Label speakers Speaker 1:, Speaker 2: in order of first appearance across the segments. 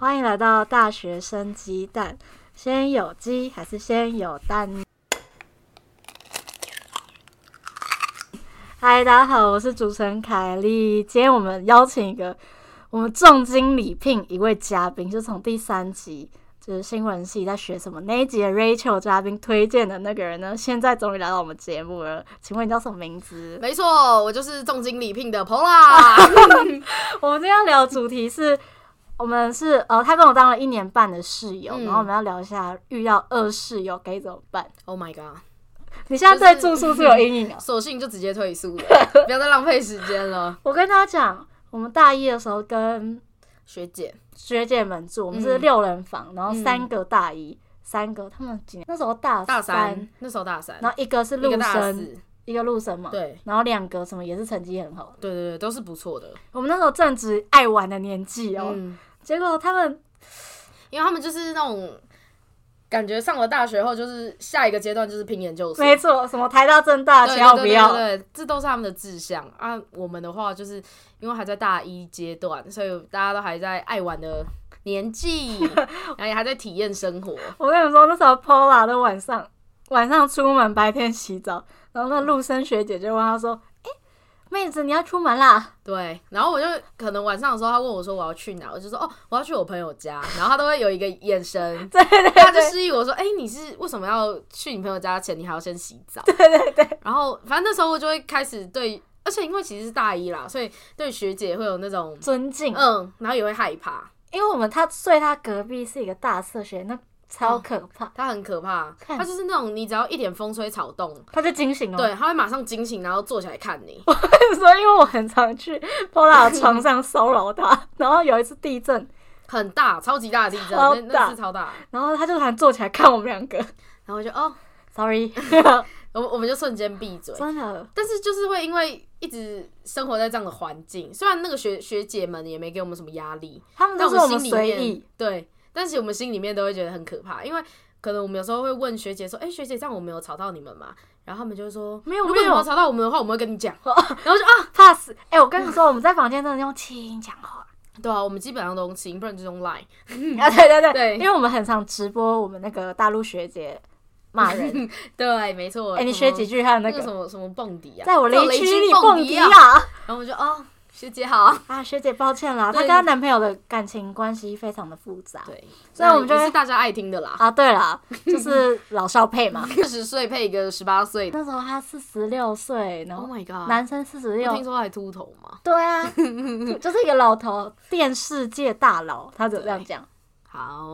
Speaker 1: 欢迎来到大学生鸡蛋，先有鸡还是先有蛋？嗨，大家好，我是主持人凯莉。今天我们邀请一个我们重金礼聘一位嘉宾，就是从第三集就是新闻系在学什么那一集的 Rachel 嘉宾推荐的那个人呢，现在终于来到我们节目了。请问你叫什么名字？
Speaker 2: 没错，我就是重金礼聘的 Pola。
Speaker 1: 我们今天要聊的主题是，我们是呃，他跟我当了一年半的室友，
Speaker 2: 嗯
Speaker 1: 然后我们要聊一下遇到恶室友该怎么办。
Speaker 2: oh my god！
Speaker 1: 你现在对住宿是有阴 影啊？
Speaker 2: 索性就直接退宿了，不要再浪费时间了。
Speaker 1: 我跟大家讲，我们大一的时候跟
Speaker 2: 学姐，
Speaker 1: 学姐们住，我们是
Speaker 2: 嗯
Speaker 1: 六人房，然后三个大一，三个他们几年？那时候大
Speaker 2: 大三那时候大三，
Speaker 1: 然后一个是
Speaker 2: 一个
Speaker 1: 陆
Speaker 2: 大
Speaker 1: 生，
Speaker 2: 四，
Speaker 1: 一个陆生嘛，
Speaker 2: 对
Speaker 1: 然后两个什么也是成绩很好的。
Speaker 2: 对对对，都是不错的。
Speaker 1: 我们那时候正值爱玩的年纪哦，
Speaker 2: 嗯，
Speaker 1: 结果他们
Speaker 2: 因为他们就是那种感觉上了大学后，就是下一个阶段就是拼研究所。
Speaker 1: 没错，什么台大、政大，
Speaker 2: 对
Speaker 1: 想要
Speaker 2: 对
Speaker 1: 不
Speaker 2: 对
Speaker 1: 要？
Speaker 2: 对对，对这都是他们的志向啊。我们的话，就是因为还在大一阶段，所以大家都还在爱玩的年纪，然后也还在体验生活。
Speaker 1: 我跟你说，那时候 Pola 的晚上晚上出门，白天洗澡，然后那陆生学姐就问她说：“哎、妹子，你要出门啦
Speaker 2: 对，然后我就可能晚上的时候，他问我说我要去哪，我就说哦，我要去我朋友家，然后他都会有一个眼神， 对对他就示意我说，哎、你是为什么要去你朋友家前，你还要先洗澡？对对对。然后反正那时候我就会开始对，而且因为其实是大一啦，所以对学姐会有那种？”
Speaker 1: 尊敬，
Speaker 2: 嗯，然后也会害怕，
Speaker 1: 因为我们他睡他隔壁是一个大社学，那超可怕，
Speaker 2: 她很可怕，
Speaker 1: 看
Speaker 2: 她就是那种你只要一点风吹草动，
Speaker 1: 他就惊醒了。，
Speaker 2: 对，她会马上惊醒，然后坐起来看你。
Speaker 1: 所以因为我很常去 Pola 的床上骚扰 他，然后有一次地震，
Speaker 2: 很大，超级大的地震，
Speaker 1: 超
Speaker 2: 那
Speaker 1: 大
Speaker 2: 那是超大。
Speaker 1: 然后他就突然坐起来看我们两个
Speaker 2: 然后我就哦，
Speaker 1: ，sorry，
Speaker 2: 我们我们就瞬间闭嘴。
Speaker 1: 真的
Speaker 2: 但是就是会因为一直生活在这样的环境，虽然那个学学姐们也没给我们什么压力，
Speaker 1: 他们
Speaker 2: 但
Speaker 1: 都是
Speaker 2: 我
Speaker 1: 们
Speaker 2: 们心里
Speaker 1: 随意
Speaker 2: 面，对，但是我们心里面都会觉得很可怕，因为可能我们有时候会问学姐说：“哎、学姐，这样我没有吵到你们吗？”然后他们就会说：“
Speaker 1: 没有
Speaker 2: 如果你
Speaker 1: 没有
Speaker 2: 们有吵到我们的话，我们会跟你讲。”然后就啊，
Speaker 1: 怕死。哎、我跟你说，我们在房间真的用轻讲话。
Speaker 2: 对啊，我们基本上都用亲，不然就用 Line。
Speaker 1: 啊，对对对，
Speaker 2: 对
Speaker 1: 因为我们很常直播我们那个大陆学姐骂 人，
Speaker 2: 对，啊没错。
Speaker 1: 哎、你
Speaker 2: 什么
Speaker 1: 学几句她的
Speaker 2: 那
Speaker 1: 那
Speaker 2: 个什
Speaker 1: 个，
Speaker 2: 么什么蹦迪啊，
Speaker 1: 在我雷区里蹦
Speaker 2: 蹦
Speaker 1: 迪
Speaker 2: 啊。
Speaker 1: 啊！
Speaker 2: 然后我就哦，学姐好。
Speaker 1: 啊，学姐抱歉啦，她跟
Speaker 2: 对
Speaker 1: 她男朋友的感情关系非常的复杂。
Speaker 2: 对，
Speaker 1: 所以我们就
Speaker 2: 那
Speaker 1: 会
Speaker 2: 也是大家爱听的啦。
Speaker 1: 啊，对啦，就是老少配 嘛。
Speaker 2: 二十岁配一个十八岁的
Speaker 1: 那时候她四十六岁，然
Speaker 2: Oh
Speaker 1: 后
Speaker 2: my god！
Speaker 1: 男生四十
Speaker 2: 我听
Speaker 1: 六，
Speaker 2: 说还秃头嘛？
Speaker 1: 对 啊，就是一个老头，电视界大佬，他就这样讲。
Speaker 2: 好，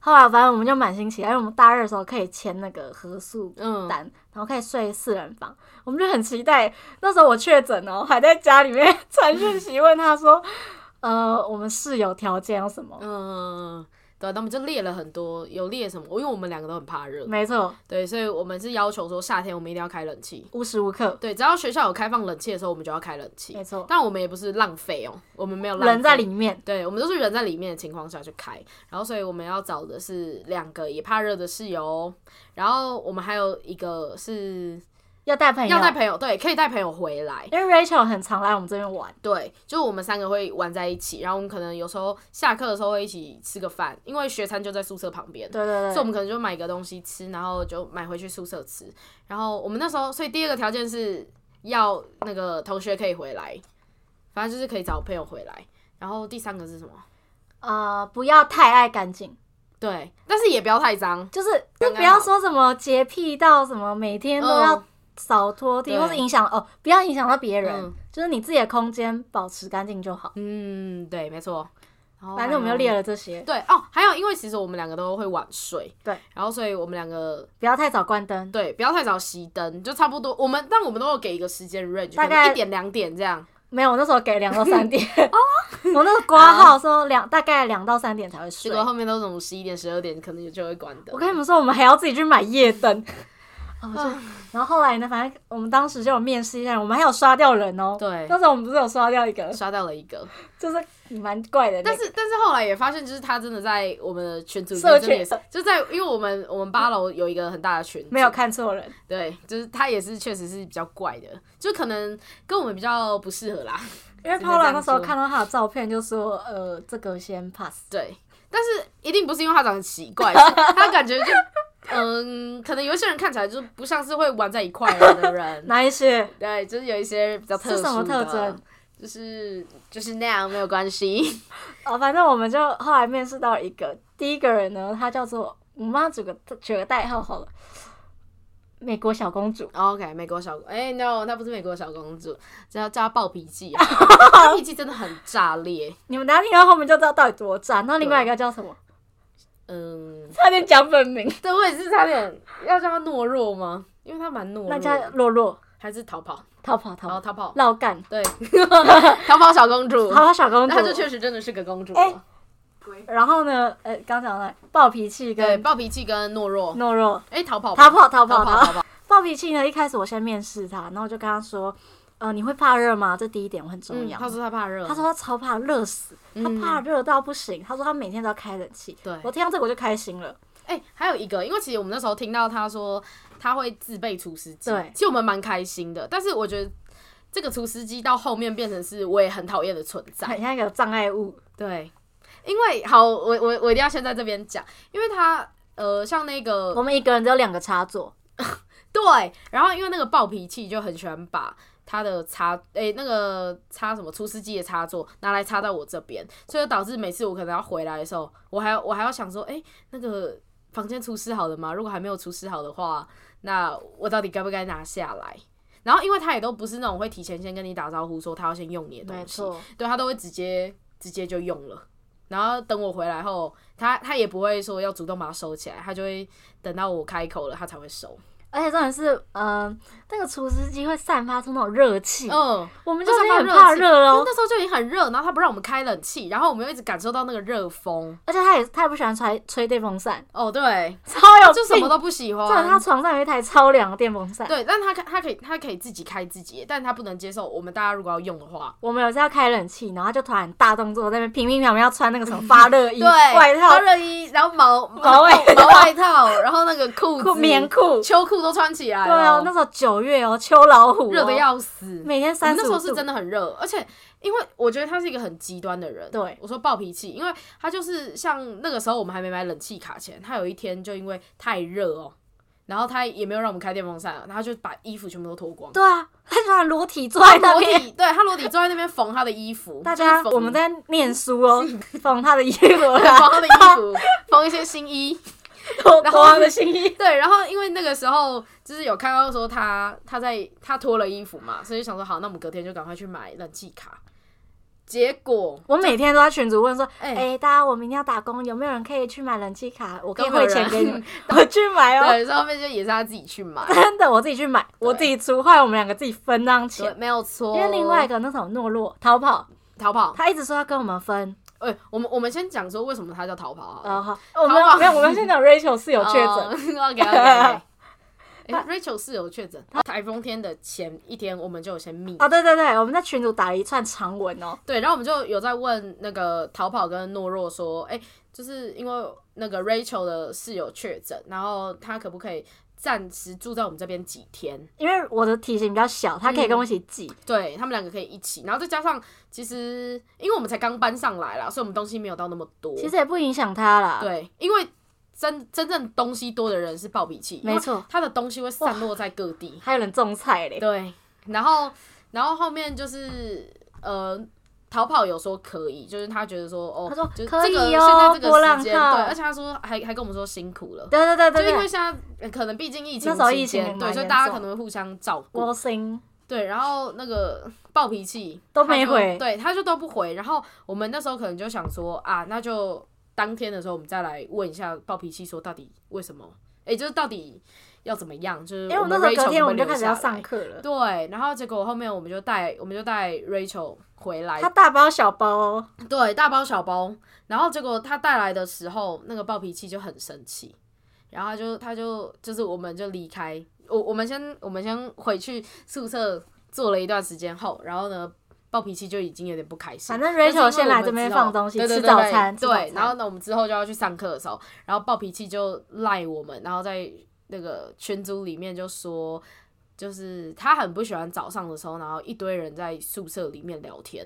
Speaker 1: 后来反正我们就满心期待，因为我们大二的时候可以签那个合宿
Speaker 2: 嗯，
Speaker 1: 单，然后可以睡四人房，我们就很期待。那时候我确诊哦，还在家里面传讯息问他说， 呃，我们室友条件要什么？
Speaker 2: 嗯，对，他们就列了很多，有列什么？因为我们两个都很怕热，
Speaker 1: 没错，
Speaker 2: 对，所以我们是要求说夏天我们一定要开冷气，
Speaker 1: 无时无刻，
Speaker 2: 对，只要学校有开放冷气的时候，我们就要开冷气
Speaker 1: 没。错，
Speaker 2: 但我们也不是浪费哦、我们没有浪费
Speaker 1: 人在里，面，
Speaker 2: 对，我们都是人在里面的情况下去开，然后所以我们要找的是两个也怕热的室友哦，然后我们还有一个是
Speaker 1: 要带朋友，
Speaker 2: 要带朋友，对，可以带朋友回来，
Speaker 1: 因为 Rachel 很常来我们这边玩，
Speaker 2: 对，就是我们三个会玩在一起，然后我们可能有时候下课的时候会一起吃个饭，因为学餐就在宿舍旁边，
Speaker 1: 对
Speaker 2: 所
Speaker 1: 对
Speaker 2: 以我
Speaker 1: 对，
Speaker 2: 们可能就买个东西吃，然后就买回去宿舍吃。然后我们那时候，所以第二个条件是要那个同学可以回来，反正就是可以找朋友回来。然后第三个是什么？
Speaker 1: 呃，不要太爱干净，
Speaker 2: 对，但是也不要太脏，
Speaker 1: 就是就
Speaker 2: 刚刚
Speaker 1: 不要
Speaker 2: 好
Speaker 1: 说什么洁癖到什么每天都要
Speaker 2: 嗯
Speaker 1: 扫拖地，
Speaker 2: 对
Speaker 1: 或是影响哦，不要影响到别人，
Speaker 2: 嗯
Speaker 1: 就是你自己的空间保持干净就好。
Speaker 2: 嗯，对，没错。然后
Speaker 1: 反正我们
Speaker 2: 还
Speaker 1: 就
Speaker 2: 有
Speaker 1: 列了这些，
Speaker 2: 对哦，还有因为其实我们两个都会晚睡，
Speaker 1: 对，
Speaker 2: 然后所以我们两个
Speaker 1: 不要太早关灯。
Speaker 2: 对，不要太早熄灯，就差不多。我们但我们都有给一个时间 range，
Speaker 1: 大概
Speaker 2: 一点两点这样。
Speaker 1: 没有，我那时候给两到三点。哦， 我那个挂号说两大概两到三点才会睡
Speaker 2: 结。果后面都是什么十一点、十二点，可能就会关灯。
Speaker 1: 我跟你们说，我们还要自己去买夜 灯。哦，就然后后来呢，反正我们当时就有面试一下，我们还有刷掉人哦。
Speaker 2: 对
Speaker 1: 那时候我们不是有刷掉一个，
Speaker 2: 刷到了一个，
Speaker 1: 就是蛮怪的那
Speaker 2: 但
Speaker 1: 个。
Speaker 2: 是但是后来也发现，就是他真的在我们的群组里
Speaker 1: 社群
Speaker 2: 面真的也是，就在因为我们我们八楼有一个很大的群组，
Speaker 1: 没有看错人，
Speaker 2: 对，就是他也是确实是比较怪的，就可能跟我们比较不适合啦。
Speaker 1: 因为
Speaker 2: 直接这样
Speaker 1: Paula 那时候
Speaker 2: 说
Speaker 1: 看到他的照片就说，呃，这个先 pass。
Speaker 2: 对，但是一定不是因为他长得奇怪，是他感觉就 嗯，可能有一些人看起来就不像是会玩在一块儿的人，
Speaker 1: 哪一些？
Speaker 2: 对，就是有一些比较特
Speaker 1: 是
Speaker 2: 殊
Speaker 1: 什么
Speaker 2: 的
Speaker 1: 特征？
Speaker 2: 就是就是那样没有关系，
Speaker 1: 哦，反正我们就后来面试到一个第一个人呢，她叫做我们帮她取个取个代号好了，美国小公主。
Speaker 2: OK，美国小公，哎、n o 她不是美国小公主，叫叫她暴脾气、 啊，她脾气真的很炸裂。
Speaker 1: 你们大家听到后面就知道到底多炸。那另外一个叫什么？
Speaker 2: 嗯，
Speaker 1: 差点讲本名，
Speaker 2: 对我也是差点要叫她懦弱吗？因为她蛮懦弱
Speaker 1: 那叫
Speaker 2: 的，
Speaker 1: 洛洛，
Speaker 2: 还是逃跑，
Speaker 1: 逃跑逃
Speaker 2: 然后
Speaker 1: 跑，
Speaker 2: 逃跑，
Speaker 1: 绕干，
Speaker 2: 对， 逃跑小公主，
Speaker 1: 逃跑小公
Speaker 2: 嗯那她就
Speaker 1: 主。
Speaker 2: 确实真的是个公主。
Speaker 1: 哎然后呢，呃，刚讲了暴脾气
Speaker 2: 对，
Speaker 1: 跟
Speaker 2: 暴脾气跟懦弱，
Speaker 1: 懦弱，
Speaker 2: 哎、逃跑吧，
Speaker 1: 逃跑逃跑
Speaker 2: 逃
Speaker 1: 逃
Speaker 2: 逃跑，
Speaker 1: 暴脾气呢，一开始我先面试他，然后我就跟他说，呃，你会怕热吗？这第一点我很重
Speaker 2: 嗯，
Speaker 1: 要。
Speaker 2: 他说他怕热，嗯
Speaker 1: 他说他超怕热死，他怕热到不行。他说他每天都要开冷气。
Speaker 2: 对
Speaker 1: 我听到这个我就开心了。
Speaker 2: 哎、还有一个，因为其实我们那时候听到他说他会自备厨师机，
Speaker 1: 对
Speaker 2: 其实我们蛮开心的。但是我觉得这个厨师机到后面变成是我也很讨厌的存在，
Speaker 1: 很像一个障碍物，
Speaker 2: 对，因为好，我我我一定要先在这边讲，因为他呃，像那个
Speaker 1: 我们一个人只有两个插座，
Speaker 2: 对，然后因为那个暴脾气就很喜欢把他的插诶、那个插什么除湿机的插座拿来插到我这边，所以导致每次我可能要回来的时候，我还要我还要想说，诶、那个房间除湿好了吗？如果还没有除湿好的话，那我到底该不该拿下来？然后因为他也都不是那种会提前先跟你打招呼说他要先用你的
Speaker 1: 没
Speaker 2: 东西，
Speaker 1: 错，
Speaker 2: 对他都会直接直接就用了。然后等我回来后，他他也不会说要主动把它收起来，他就会等到我开口了，他才会收。
Speaker 1: 而且重点是，嗯、那个除湿机会散发出那种热气，
Speaker 2: 嗯，
Speaker 1: 我们就
Speaker 2: 就
Speaker 1: 已
Speaker 2: 是
Speaker 1: 经很
Speaker 2: 很
Speaker 1: 怕
Speaker 2: 怕
Speaker 1: 热
Speaker 2: 热
Speaker 1: 了
Speaker 2: 哦，，那时候就已经很热，然后他不让我们开冷气，然后我们又一直感受到那个热风。
Speaker 1: 而且他也他也不喜欢吹吹电风扇，
Speaker 2: 哦，对，
Speaker 1: 超有
Speaker 2: 就什么
Speaker 1: 病。
Speaker 2: 都不喜
Speaker 1: 重点他
Speaker 2: 欢。
Speaker 1: 床上有一台超凉的电风扇，
Speaker 2: 对，但他可他可以他可以自己开自己，但他不能接受我们大家如果要用的话。
Speaker 1: 我们有一次要开冷气，然后他就突然大动作在那边拼命，我们要穿那个什么发热衣、
Speaker 2: 对，
Speaker 1: 外套
Speaker 2: 发、热衣，然后毛
Speaker 1: 毛外
Speaker 2: 毛外套，然后那个裤
Speaker 1: 裤
Speaker 2: 子、
Speaker 1: 棉裤。
Speaker 2: 秋裤都穿起来
Speaker 1: 对啊
Speaker 2: 了，，
Speaker 1: 那时候九月哦，秋老虎、哦，
Speaker 2: 哎热的要死。
Speaker 1: 每天
Speaker 2: 我
Speaker 1: 三
Speaker 2: 们
Speaker 1: 十
Speaker 2: 那
Speaker 1: 五
Speaker 2: 时
Speaker 1: 度，
Speaker 2: 候是真的很热，而且因为我觉得他是一个很极端的人。
Speaker 1: 对，
Speaker 2: 我说暴脾气，因为他就是像那个时候我们还没买冷气卡前，他有一天就因为太热哦，然后他也没有让我们开电风扇了，然后他就把衣服全部都脱光，
Speaker 1: 对啊，他突然裸体坐在那
Speaker 2: 裸
Speaker 1: 边。
Speaker 2: 体，对他裸体坐在那边缝他的衣服，
Speaker 1: 大
Speaker 2: 就
Speaker 1: 家
Speaker 2: 是，缝
Speaker 1: 我 们在念书哦，缝他的衣服啊啦，
Speaker 2: 缝他的衣服，缝一些新衣。
Speaker 1: 脱
Speaker 2: 然后
Speaker 1: 他的新衣。
Speaker 2: 对，然后因为那个时候就是有看到说他他在他脱了衣服嘛，所以就想说好，那我们隔天就赶快去买冷气卡。结果
Speaker 1: 我每天都在群组问说，
Speaker 2: 哎
Speaker 1: 哎，大家我明天要打工，有没有人可以去买冷气 卡？我可以
Speaker 2: 都没
Speaker 1: 汇
Speaker 2: 有
Speaker 1: 钱
Speaker 2: 人
Speaker 1: 给你们， 我去买哦。
Speaker 2: 对，所以后面就也是他自己 去买，
Speaker 1: 真的，我自己去买，我自己出，后来我们两个自己分那张
Speaker 2: 对，
Speaker 1: 钱。
Speaker 2: 没有错。
Speaker 1: 因为另外一个那种懦弱逃跑，
Speaker 2: 逃跑，
Speaker 1: 他一直说要跟我们分，
Speaker 2: 哎、我们我们先讲说为什么他叫逃跑好了
Speaker 1: 然后我们
Speaker 2: 哦逃跑哦
Speaker 1: 没嗯有，我们先讲 Rachel 是有确诊，
Speaker 2: OK OK 。哎，Rachel 是有确诊。台风天的前一天，我们就有先密
Speaker 1: 啊，对对对，我们在群组打了一串长文哦，
Speaker 2: 对，然后我们就有在问那个逃跑跟懦弱说，哎、就是因为那个 Rachel 的室友确诊，然后他可不可以暂时住在我们这边几天？
Speaker 1: 因为我的体型比较小，他可以跟我一起挤，
Speaker 2: 对他们两个可以一起，然后再加上其实因为我们才刚搬上来啦，所以我们东西没有到那么多。
Speaker 1: 其实也不影响他啦。，
Speaker 2: 对，因为真真正东西多的人是暴脾气，
Speaker 1: 没错，
Speaker 2: 他的东西会散落在各地。
Speaker 1: 还有人种菜嘞，
Speaker 2: 对，然后然后后面就是呃。逃跑有说可以，就是他觉得说哦，
Speaker 1: 他说
Speaker 2: 就是
Speaker 1: 可
Speaker 2: 这个
Speaker 1: 以
Speaker 2: 现
Speaker 1: 哦
Speaker 2: 在这
Speaker 1: 波
Speaker 2: 个
Speaker 1: 浪
Speaker 2: 时间，
Speaker 1: 号
Speaker 2: 对，而且他说还还跟我们说辛苦了，
Speaker 1: 对对对对
Speaker 2: 就因为
Speaker 1: 对，
Speaker 2: 现在呃可能毕竟疫情
Speaker 1: 那时候
Speaker 2: 期
Speaker 1: 疫情
Speaker 2: 间
Speaker 1: 蛮
Speaker 2: 对，所以
Speaker 1: 严
Speaker 2: 大家
Speaker 1: 重
Speaker 2: 可能会互相照顾，
Speaker 1: 窝心，
Speaker 2: 对，然后那个暴脾气
Speaker 1: 都
Speaker 2: 他
Speaker 1: 没
Speaker 2: 就
Speaker 1: 回
Speaker 2: 对，他就都不回。然后我们那时候可能就想说啊，那就当天的时候我们再来问一下暴脾气，说到底为什么？诶，就是到底要怎么样？就是
Speaker 1: 因为我
Speaker 2: 我
Speaker 1: 们那
Speaker 2: 们
Speaker 1: 时候
Speaker 2: Rachel
Speaker 1: 隔天
Speaker 2: 有
Speaker 1: 我们
Speaker 2: 没有
Speaker 1: 就
Speaker 2: 留
Speaker 1: 开始
Speaker 2: 下
Speaker 1: 要
Speaker 2: 来
Speaker 1: 上课了，
Speaker 2: 对，然后结果后面我们就带我们就带 Rachel 回来
Speaker 1: 他，大包小包哦，
Speaker 2: 对，大包小包。然后结果他带来的时候，那个暴脾气就很生气，然后他就他就就是我们就离开，我我们先我们先回去宿舍坐了一段时间后，然后呢，暴脾气就已经有点不开心
Speaker 1: 反。正
Speaker 2: 但是因
Speaker 1: Rachel
Speaker 2: 为
Speaker 1: 先来这边放东西，吃早餐，
Speaker 2: 对
Speaker 1: 吃早
Speaker 2: 对对对，
Speaker 1: 餐
Speaker 2: 然后呢，我们之后就要去上课的时候，然后暴脾气就赖我们，然后在那个群组里面就说，就是他很不喜欢早上的时候，然后一堆人在宿舍里面聊天，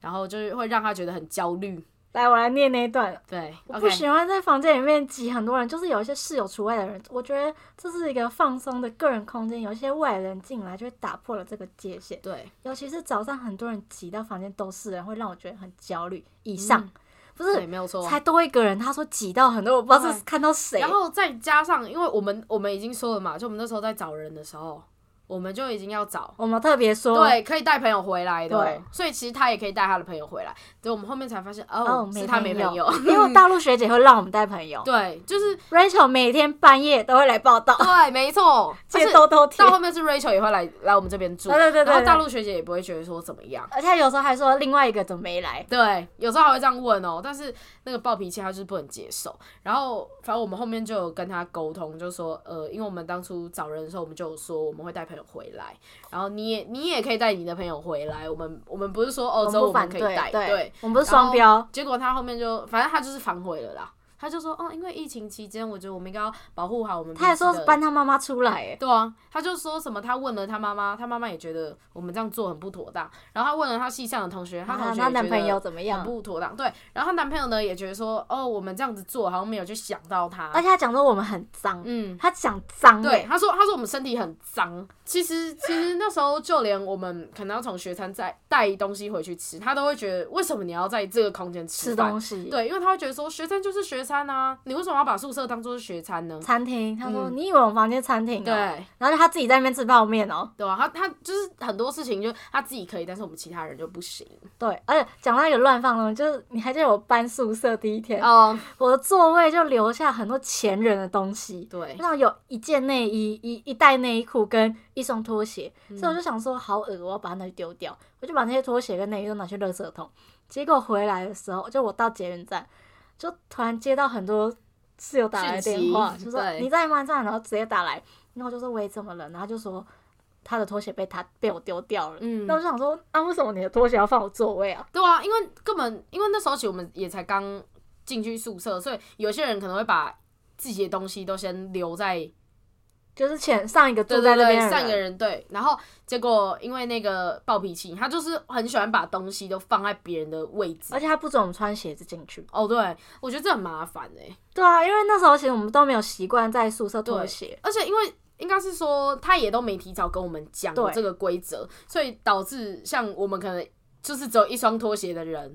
Speaker 2: 然后就是会让他觉得很焦虑。
Speaker 1: 来，我来念那一段。
Speaker 2: 对
Speaker 1: 我不
Speaker 2: ，OK，
Speaker 1: 喜欢在房间里面挤很多人，就是有一些室友除外的人，我觉得这是一个放松的个人空间。有一些外人进来就会打破了这个界限，
Speaker 2: 对，
Speaker 1: 尤其是早上很多人挤到房间都是人，会让我觉得很焦虑。以上、
Speaker 2: 嗯
Speaker 1: 不
Speaker 2: 对，
Speaker 1: 是
Speaker 2: 没有错。
Speaker 1: 才多一个人，他说挤到很多，我不知道
Speaker 2: 对
Speaker 1: 是看到谁
Speaker 2: 嗯然。后再加上，因为我们我们已经说了嘛，就我们那时候在找人的时候，我们就已经要找。
Speaker 1: 我们特别说，
Speaker 2: 对，可以带朋友回来的
Speaker 1: 对，
Speaker 2: 所以其实他也可以带他的朋友回来。所以我们后面才发现，
Speaker 1: 哦
Speaker 2: 哦，，是他没朋
Speaker 1: 朋
Speaker 2: 友。
Speaker 1: 因为大陆学姐会让我们带朋友
Speaker 2: 对，就是
Speaker 1: ，Rachel 每天半夜都会来报道，
Speaker 2: 对，没错。就
Speaker 1: 且
Speaker 2: 是
Speaker 1: 兜兜贴
Speaker 2: 到，后面是 Rachel 也会来来我们这边 住，
Speaker 1: 对对对对
Speaker 2: 然后大陆学姐也不会觉得说怎么样。
Speaker 1: 而且她有时候还说另外一个怎么没来，
Speaker 2: 对，有时候还会这样问哦，但是那个暴脾气他就是不能接受。然后反正我们后面就有跟他沟通，就说呃，因为我们当初找人的时候，我们就有说我们会带朋友回来，然后你也你也可以带你的朋友回来。我们我们不是说哦，
Speaker 1: 我
Speaker 2: 只
Speaker 1: 们
Speaker 2: 有我
Speaker 1: 不反
Speaker 2: 们可以
Speaker 1: 对，
Speaker 2: 带，对。
Speaker 1: 我们不是双标，
Speaker 2: 结果他后面就反正他就是反悔了啦，他就说哦，因为疫情期间，我觉得我们应该要保护好我们彼此
Speaker 1: 他
Speaker 2: 的。
Speaker 1: 还说是搬他妈妈出来，哎，
Speaker 2: 对啊，他就说什么，他问了他妈妈，他妈妈也觉得我们这样做很不妥当。然后他问了他系上的同学，他
Speaker 1: 啊
Speaker 2: 同学
Speaker 1: 她
Speaker 2: 也
Speaker 1: 男
Speaker 2: 觉
Speaker 1: 朋友
Speaker 2: 得
Speaker 1: 怎么
Speaker 2: 很
Speaker 1: 样？
Speaker 2: 不妥当。对，然后她男朋友呢也觉得说，哦，我们这样子做好像没有去想到他
Speaker 1: 而。且他讲说我们很脏，
Speaker 2: 嗯，
Speaker 1: 他讲脏，欸
Speaker 2: 对，，他说他说我们身体很脏。其实其实那时候就连我们可能要从学餐再带东西回去吃，他都会觉得为什么你要在这个空间
Speaker 1: 吃
Speaker 2: 饭？
Speaker 1: 东西，
Speaker 2: 对，因为他会觉得说学餐就是学餐啊，你为什么要把宿舍当做是学餐呢？
Speaker 1: 餐厅，他说
Speaker 2: 嗯
Speaker 1: 你以为我们房间餐厅哦，
Speaker 2: 对，
Speaker 1: 然后他自己在那边吃泡面哦，
Speaker 2: 对啊，他他就是很多事情就他自己可以，但是我们其他人就不行。
Speaker 1: 对，而且讲到一个乱放东西，就是你还记得我搬宿舍第一天，
Speaker 2: 哦，
Speaker 1: 我的座位就留下很多前人的东西，
Speaker 2: 对，
Speaker 1: 那有一件内衣、一一袋内衣裤跟一双拖鞋，所以
Speaker 2: 嗯
Speaker 1: 我就想说好恶，我要把它那丢掉，我就把那些拖鞋跟内衣都拿去垃圾桶。结果回来的时候，就我到捷运站，就突然接到很多室友打来的
Speaker 2: 讯息
Speaker 1: 电话，就说
Speaker 2: 对
Speaker 1: 你在吗？在，然后直接打来，然后我就说喂怎么了？然后他就说他的拖鞋被他被我丢掉了。
Speaker 2: 嗯
Speaker 1: 那我就想说，啊那、为什么你的拖鞋要放我座位啊？
Speaker 2: 对啊，因为根本因为那时候其实我们也才刚进去宿舍，所以有些人可能会把自己的东西都先留在
Speaker 1: 就是前上一个
Speaker 2: 对
Speaker 1: 住
Speaker 2: 对
Speaker 1: 在那
Speaker 2: 对
Speaker 1: 边的
Speaker 2: 上一个
Speaker 1: 人
Speaker 2: 人对，然后结果因为那个暴脾气，他就是很喜欢把东西都放在别人的位置
Speaker 1: 而。且他不准我们穿鞋子进去。
Speaker 2: 哦，对，我觉得这很麻烦哎、
Speaker 1: 对啊，因为那时候其实我们都没有习惯在宿舍脱
Speaker 2: 对
Speaker 1: 鞋，
Speaker 2: 而且因为应该是说他也都没提早跟我们讲
Speaker 1: 对
Speaker 2: 这个规则，所以导致像我们可能就是只有一双拖鞋的人，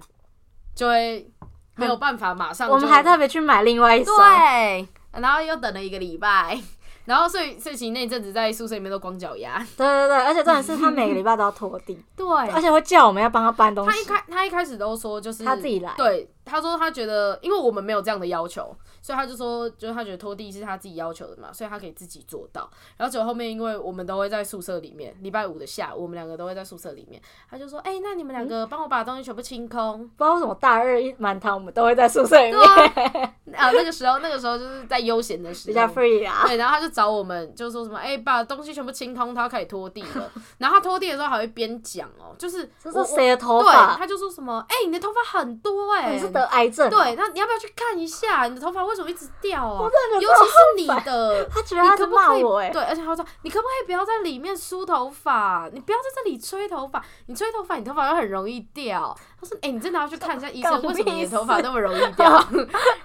Speaker 2: 就会没有办法马上就。
Speaker 1: 我们还特别去买另外一双。
Speaker 2: 对，然后又等了一个礼拜，然后所以所以其实那一阵子在宿舍里面都光脚丫。
Speaker 1: 对对对，而且重点是他每个礼拜都要拖 地，
Speaker 2: 对，
Speaker 1: 而且会叫我们要帮他搬东
Speaker 2: 哎他一
Speaker 1: 西。
Speaker 2: 开他一开始都说就是
Speaker 1: 他自己来
Speaker 2: 对，他说他觉得因为我们没有这样的要求，所以他就说就是他觉得拖地是他自己要求的嘛，所以他可以自己做到。然后结果后面因为我们都会在宿舍里面，礼拜五的下午我们两个都会在宿舍里面，他就说哎、那你们两个帮我把东西全部清空。
Speaker 1: 不知道为什么大二一满堂我们都会在宿舍里
Speaker 2: 对
Speaker 1: 面
Speaker 2: 啊，啊那个时候那个时候就是在悠闲的时
Speaker 1: 比较
Speaker 2: 候。
Speaker 1: free 啊。
Speaker 2: 对，然后他就找我们，就说什么，哎、把东西全部清空，他要开始拖地了。然后他拖地的时候还会边讲哦，就是
Speaker 1: 这
Speaker 2: 我
Speaker 1: 是
Speaker 2: 我
Speaker 1: 谁的头
Speaker 2: 对，
Speaker 1: 发？
Speaker 2: 他就说什么，哎、你的头发很多哎、
Speaker 1: 哦你是得癌症？，
Speaker 2: 对，那你要不要去看一下你的头发为什么一直掉啊
Speaker 1: 我？真的觉
Speaker 2: 尤
Speaker 1: 得
Speaker 2: 其是你 的，
Speaker 1: 他觉得
Speaker 2: 你
Speaker 1: 他
Speaker 2: 可
Speaker 1: 在
Speaker 2: 不
Speaker 1: 骂
Speaker 2: 可以？
Speaker 1: 我哎。
Speaker 2: 对，而且他说你可不可以不要在里面梳头发？你不要在这里吹头发，你吹头发你头发会很容易掉。他说，哎、你真的要去看一下医
Speaker 1: 干
Speaker 2: 生，
Speaker 1: 我
Speaker 2: 为什么你
Speaker 1: 屁
Speaker 2: 的头发那么容易掉？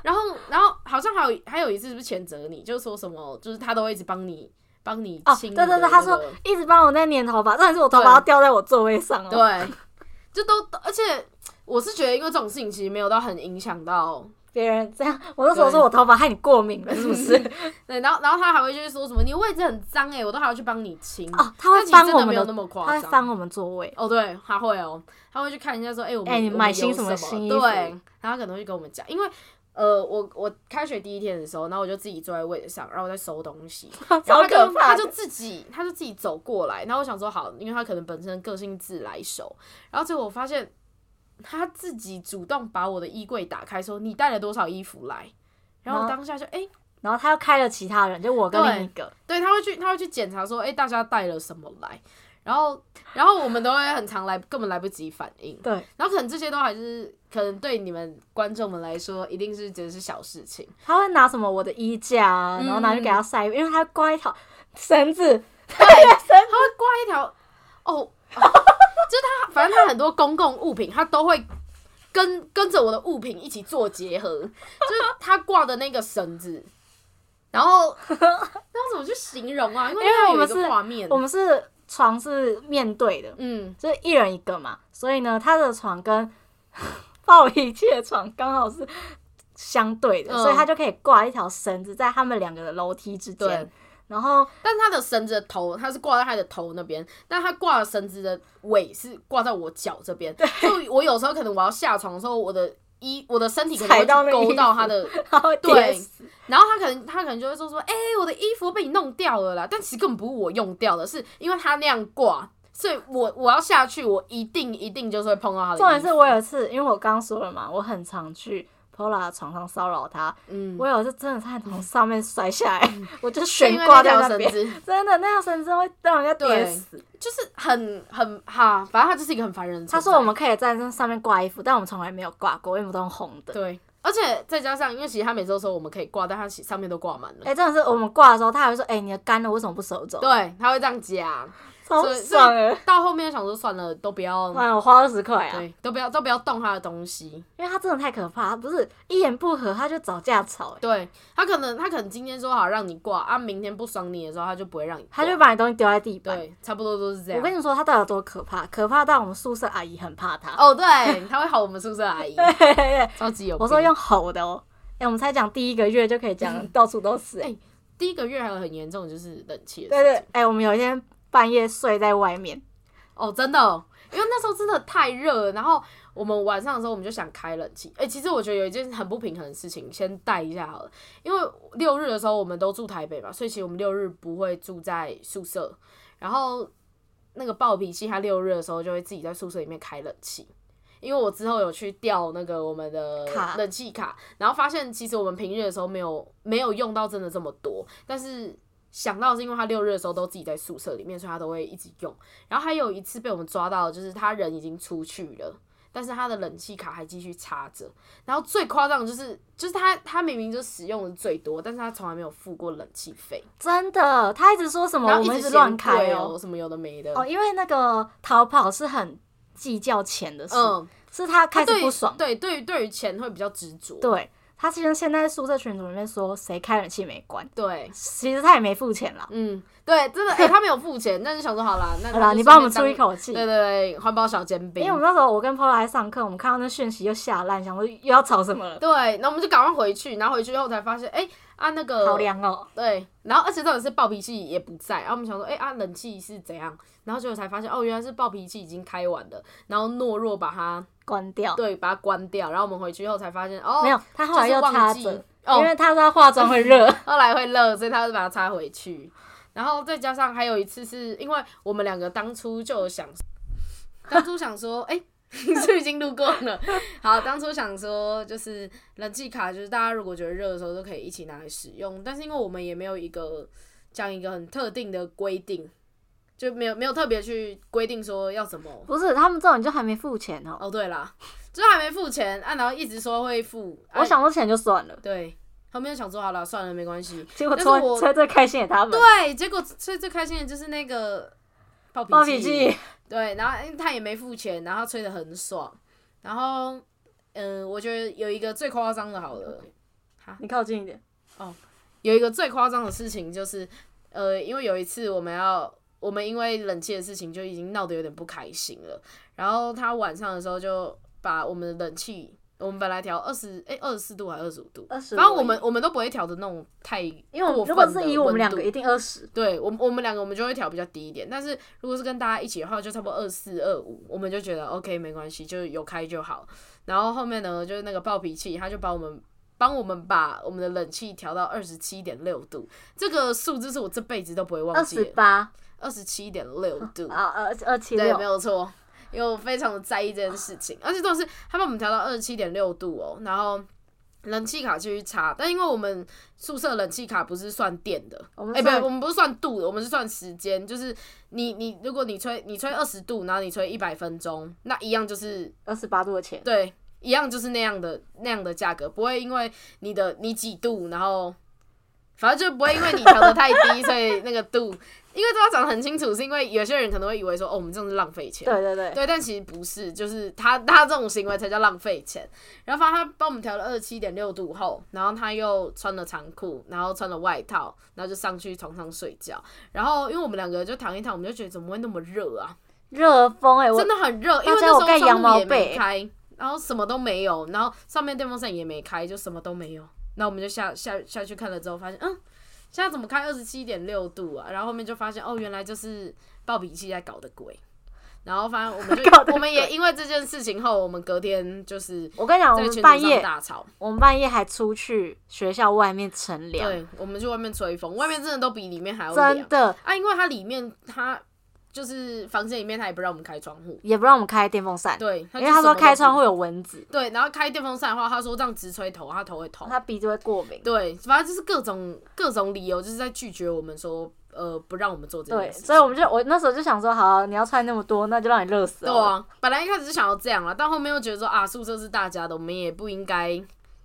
Speaker 2: 然后，然后好像还有还有一次是不是谴责你，就是说什么，就是他都会一直帮你帮你
Speaker 1: 哦，
Speaker 2: 清
Speaker 1: 对
Speaker 2: 你
Speaker 1: 对
Speaker 2: 的那个、
Speaker 1: 对，他说一直帮我在粘头发，重点是我头发要掉在我座位上哦。
Speaker 2: 对，就都，而且我是觉得，因为这种事情其实没有到很影响到
Speaker 1: 别人这样，我那时候说我头发害你过敏了，是不是？
Speaker 2: 对，然后然后他还会就是说什么你位置很脏哎、我都还要去帮你清。
Speaker 1: 哦，他
Speaker 2: 但
Speaker 1: 会
Speaker 2: 其实
Speaker 1: 翻
Speaker 2: 真
Speaker 1: 我
Speaker 2: 的没
Speaker 1: 们
Speaker 2: 有
Speaker 1: 的
Speaker 2: 那么夸
Speaker 1: 他会翻
Speaker 2: 张。
Speaker 1: 我们座位，
Speaker 2: 哦，对，他会哦，他会去看一下说，哎、我们
Speaker 1: 哎你
Speaker 2: 我们
Speaker 1: 买
Speaker 2: 有
Speaker 1: 新
Speaker 2: 什
Speaker 1: 什么新衣服
Speaker 2: 对，然后他可能会跟我们讲，因为呃，我我开学第一天的时候，然后我就自己坐在位置上，然后我在收东西，然
Speaker 1: 超
Speaker 2: 后 他
Speaker 1: 可
Speaker 2: 就
Speaker 1: 怕
Speaker 2: 他就
Speaker 1: 的。
Speaker 2: 自己他就自己走过来，然后我想说好，因为他可能本身个性自来熟，然后结果我发现他自己主动把我的衣柜打开，说你带了多少衣服来，然后我
Speaker 1: 然后
Speaker 2: 当下就哎、
Speaker 1: 然后他又开了其他人，就我跟另一个，
Speaker 2: 对，他会去，他会去检查说，哎、大家带了什么来，然后，然后我们都会很常来，根本来不及反应，
Speaker 1: 对，
Speaker 2: 然后可能这些都还是，可能对你们观众们来说，一定是觉得是小事情，
Speaker 1: 他会拿什么我的衣架啊，然后拿去给他晒，因为他挂一条绳子，
Speaker 2: 对，它会挂一条哦，啊就是它反正它很多公共物品，它都会跟跟着我的物品一起做结合，就是它挂的那个绳子。然后，那怎么去形容啊？因为
Speaker 1: 因为
Speaker 2: 它
Speaker 1: 我
Speaker 2: 有
Speaker 1: 们
Speaker 2: 一个
Speaker 1: 是
Speaker 2: 画面啊
Speaker 1: 我，们是床是面对的，
Speaker 2: 嗯，
Speaker 1: 就是一人一个嘛，所以呢，他的床跟 鲍一切床刚好是相对的，
Speaker 2: 嗯
Speaker 1: 所以他就可以挂一条绳子在他们两个的楼梯之间
Speaker 2: 对。
Speaker 1: 然后
Speaker 2: 但它的绳子的头，它是挂在它的头那边，但它挂的绳子的尾是挂在我脚这边，所以我有时候可能我要下床的时候，我的衣，我的身体可能
Speaker 1: 踩到那
Speaker 2: 会
Speaker 1: 个
Speaker 2: 去勾
Speaker 1: 衣
Speaker 2: 到
Speaker 1: 服
Speaker 2: 它的，
Speaker 1: 他会跌
Speaker 2: 对
Speaker 1: 死，
Speaker 2: 然后它可能它可能就会说说，哎、我的衣服被你弄掉了啦，但其实根本不是我用掉的，是因为它那样挂，所以我我要下去，我一定一定就是会碰到它的衣服。
Speaker 1: 重点是我有一次，因为我刚说了嘛，我很常去 Pola 的床上骚扰他，
Speaker 2: 嗯，
Speaker 1: 我有一次真的差点从上面摔下来， 我就
Speaker 2: 就因
Speaker 1: 悬
Speaker 2: 为
Speaker 1: 挂
Speaker 2: 那
Speaker 1: 在
Speaker 2: 条
Speaker 1: 那
Speaker 2: 绳
Speaker 1: 边，
Speaker 2: 子。
Speaker 1: 真的那条绳子会让人家跌
Speaker 2: 对
Speaker 1: 死。
Speaker 2: 就是很很哈，反正它就是一个很烦人的
Speaker 1: 他
Speaker 2: 存在。
Speaker 1: 说我们可以在那上面挂衣服，但我们从来没有挂过，因为我们都用红的。
Speaker 2: 对，而且再加上，因为其实他每周说我们可以挂，但他其上面都挂满了。
Speaker 1: 哎、真的是我们挂的时候，他还会说：“哎、你的干了，为什么不收走
Speaker 2: 对，他会这样讲。？”
Speaker 1: 超
Speaker 2: 所以
Speaker 1: 爽的！
Speaker 2: 到后面想说算了，都不要，
Speaker 1: 哇，我花二十块啊！
Speaker 2: 对，都不要都不要动他的东西。
Speaker 1: 因为他真的太可怕，他不是一言不合他就找架吵、哎
Speaker 2: 对他可能他可能今天说好让你挂，啊，明天不爽你的时候他就不会让你挂。
Speaker 1: 他就把你东西丢在地板。
Speaker 2: 对，啊差不多都是这
Speaker 1: 我
Speaker 2: 样。
Speaker 1: 跟你说，他到底有多可怕？可怕到我们宿舍阿姨很怕他。
Speaker 2: 哦，对，他会吼我们宿舍阿姨，
Speaker 1: 嘿嘿嘿
Speaker 2: 超级有病。
Speaker 1: 我说用吼的哦、哎、我们才讲第一个月就可以 讲到处都是、哎、
Speaker 2: 哎第一个月还有很严重，就是冷气的事情。
Speaker 1: 对对，哎、我们有一天半夜睡在外面，
Speaker 2: 哦，真的哦，因为那时候真的太热了。然后我们晚上的时候，我们就想开冷气。哎、其实我觉得有一件很不平衡的事情，先带一下好了。因为六日的时候，我们都住台北嘛，所以其实我们六日不会住在宿舍。然后那个暴脾气，他六日的时候就会自己在宿舍里面开冷气。因为我之后有去调那个我们的
Speaker 1: 卡
Speaker 2: 冷气卡，然后发现其实我们平日的时候没有没有用到真的这么多，但是想到是因为他六日的时候都自己在宿舍里面，所以他都会一直用。然后还有一次被我们抓到，就是他人已经出去了，但是他的冷气卡还继续插着。然后最夸张的就是，就是他他明明就使用的最多，但是他从来没有付过冷气费，
Speaker 1: 真的，他一直说什么
Speaker 2: 然后
Speaker 1: 哦我们
Speaker 2: 一直嫌
Speaker 1: 乱开
Speaker 2: 贵
Speaker 1: 哦、
Speaker 2: 哦，什么有的没的。
Speaker 1: 哦，因为那个逃跑是很计较钱的事，
Speaker 2: 嗯，
Speaker 1: 是他
Speaker 2: 他
Speaker 1: 开始
Speaker 2: 对
Speaker 1: 不爽。
Speaker 2: 对，对于对于钱会比较执着。
Speaker 1: 对他其实现在宿舍群组里面说谁开冷气没关，
Speaker 2: 对，
Speaker 1: 其实他也没付钱啦。
Speaker 2: 嗯，对，真 的，哎、他没有付钱，但是想说好啦，那
Speaker 1: 好啦，
Speaker 2: 嗯就
Speaker 1: 你帮我们
Speaker 2: 顺
Speaker 1: 出一
Speaker 2: 便当。
Speaker 1: 口气。
Speaker 2: 对对对，环保小煎饼
Speaker 1: 因为。我们那时候我跟 Pola 在上课，我们看到那讯息又吓烂，想说又要吵什么了，
Speaker 2: 对，然后我们就赶快回去，然后回去后才发现，哎、啊那个
Speaker 1: 好凉哦、
Speaker 2: 对，然后而且重点是暴脾气也不在，然后我们想说，哎、啊，冷气是怎样？然后结果才发现，哦，原来是暴脾气已经开完了，然后懦弱把它
Speaker 1: 关掉。
Speaker 2: 对把它关掉，然后我们回去后才发现，哦，
Speaker 1: 没有，他后来
Speaker 2: 就
Speaker 1: 又
Speaker 2: 是
Speaker 1: 插
Speaker 2: 忘记
Speaker 1: 着，因
Speaker 2: 哦，
Speaker 1: 为他说他化妆会 热。
Speaker 2: 后来会热，所以他就把它插回去，然后再加上还有一次是因为我们两个当初就有想，当初想说，哎、你 是不是已经录过了。好，当初想说就是冷气卡，就是大家如果觉得热的时候都可以一起拿来使用，但是因为我们也没有一个这样一个很特定的规定，就没有没有特别去规定说要怎么。
Speaker 1: 不是，他们这种就还没付钱哦、
Speaker 2: 哦，对啦，就是还没付钱啊，然后一直说会付，啊、
Speaker 1: 我想说钱就算了，
Speaker 2: 对，后面就想说好了，算了，没关系。
Speaker 1: 结果
Speaker 2: 但是
Speaker 1: 吹
Speaker 2: 我
Speaker 1: 吹最开心的他们，
Speaker 2: 对，结果最最开心的就是那个暴
Speaker 1: 暴脾气。
Speaker 2: 对，然后因为嗯他也没付钱，然后吹的很爽，然后嗯、呃我觉得有一个最夸张的，好了，
Speaker 1: 你靠近一点，
Speaker 2: 有一个最夸张的事情就是，呃，因为有一次我们要，我们因为冷气的事情就已经闹得有点不开心了，然后他晚上的时候就把我们的冷气。我们本来调二十哎二十四度还是二十五度，
Speaker 1: 25
Speaker 2: 反正我们我们都不会调的那种太过分的温度，
Speaker 1: 因为我如果是以我们两个，一定二十。
Speaker 2: 对我们我们两个我们就会调比较低一点，但是如果是跟大家一起的话，就差不多二四二五，我们就觉得 OK 没关系，就是有开就好。然后后面呢，就是那个暴脾气，他就把我们帮我们把我们的冷气调到二十七点六度，这个数字是我这辈子都不会
Speaker 1: 二
Speaker 2: 忘记
Speaker 1: 十
Speaker 2: 的，
Speaker 1: 八
Speaker 2: 二十七点六度，
Speaker 1: 啊，二二七
Speaker 2: 对，
Speaker 1: 六
Speaker 2: 没，有错，因为我非常的在意这件事情，而且都是他把我们调到二十七点六度哦，然后。冷气卡继续插，但因为我们宿舍冷气卡不是算电的，
Speaker 1: 我们
Speaker 2: 哎、
Speaker 1: 算
Speaker 2: 不，我们不是算度的，我们是算时间。就是你你，如果你吹你吹二十度，然后你吹一百分钟，那一样就是
Speaker 1: 二十八度的钱，
Speaker 2: 对，一样就是那样的那样的价格，不会因为你的你几度，然后反正就不会因为你调的太低， 所以那个度，因为都要讲得很清楚，是因为有些人可能会以为说，哦，我们这样是浪费钱，
Speaker 1: 对对对，
Speaker 2: 对，但其实不是，就是他他这种行为才叫浪费钱。然后反正他帮我们调了二十七点六度后，然后他又穿了长裤，然后穿了外套，然后就上去床上睡觉。然后因为我们两个就躺一躺，我们就觉得怎么会那么热啊？
Speaker 1: 热风哎、我
Speaker 2: 真的很热，因
Speaker 1: 大
Speaker 2: 为那
Speaker 1: 家
Speaker 2: 时候
Speaker 1: 有盖羊
Speaker 2: 窗户
Speaker 1: 毛
Speaker 2: 也没
Speaker 1: 被
Speaker 2: 开，然后什么都没有，然后上面电风扇也没开，就什么都没有。那我们就下下下去看了之后，发现嗯，现在怎么开二十七点六度啊？然后后面就发现哦，原来就是暴脾气在搞的鬼。然后反正我们
Speaker 1: 搞的
Speaker 2: 就
Speaker 1: 鬼
Speaker 2: 我们也因为这件事情后，我们隔天就是
Speaker 1: 我跟你讲，我
Speaker 2: 在
Speaker 1: 们
Speaker 2: 群
Speaker 1: 半
Speaker 2: 组上
Speaker 1: 夜
Speaker 2: 大吵。
Speaker 1: 我们半夜还出去学校外面乘凉，
Speaker 2: 对，我们去外面吹风，外面真的都比里面还要
Speaker 1: 真
Speaker 2: 凉
Speaker 1: 的
Speaker 2: 啊！因为它里面它就是房间里面，它也不让我们开窗户。
Speaker 1: 也不让我们开电风扇，
Speaker 2: 对，
Speaker 1: 因
Speaker 2: 因
Speaker 1: 为他说开窗会有蚊子，
Speaker 2: 对，然后开电风扇的话，他说这样直吹头，他头会痛。
Speaker 1: 他鼻子会过敏。
Speaker 2: 对，反正就是各种各种理由，就是在拒绝我们说，呃，不让我们做这
Speaker 1: 对，
Speaker 2: 件事情。
Speaker 1: 所以我们就我那时候就想说，好、啊你要穿那么多，那就让你热死
Speaker 2: 对
Speaker 1: 好了。
Speaker 2: 啊，本来一开始就想要这样了，但后面又觉得说啊，宿舍是大家的，我们也不应该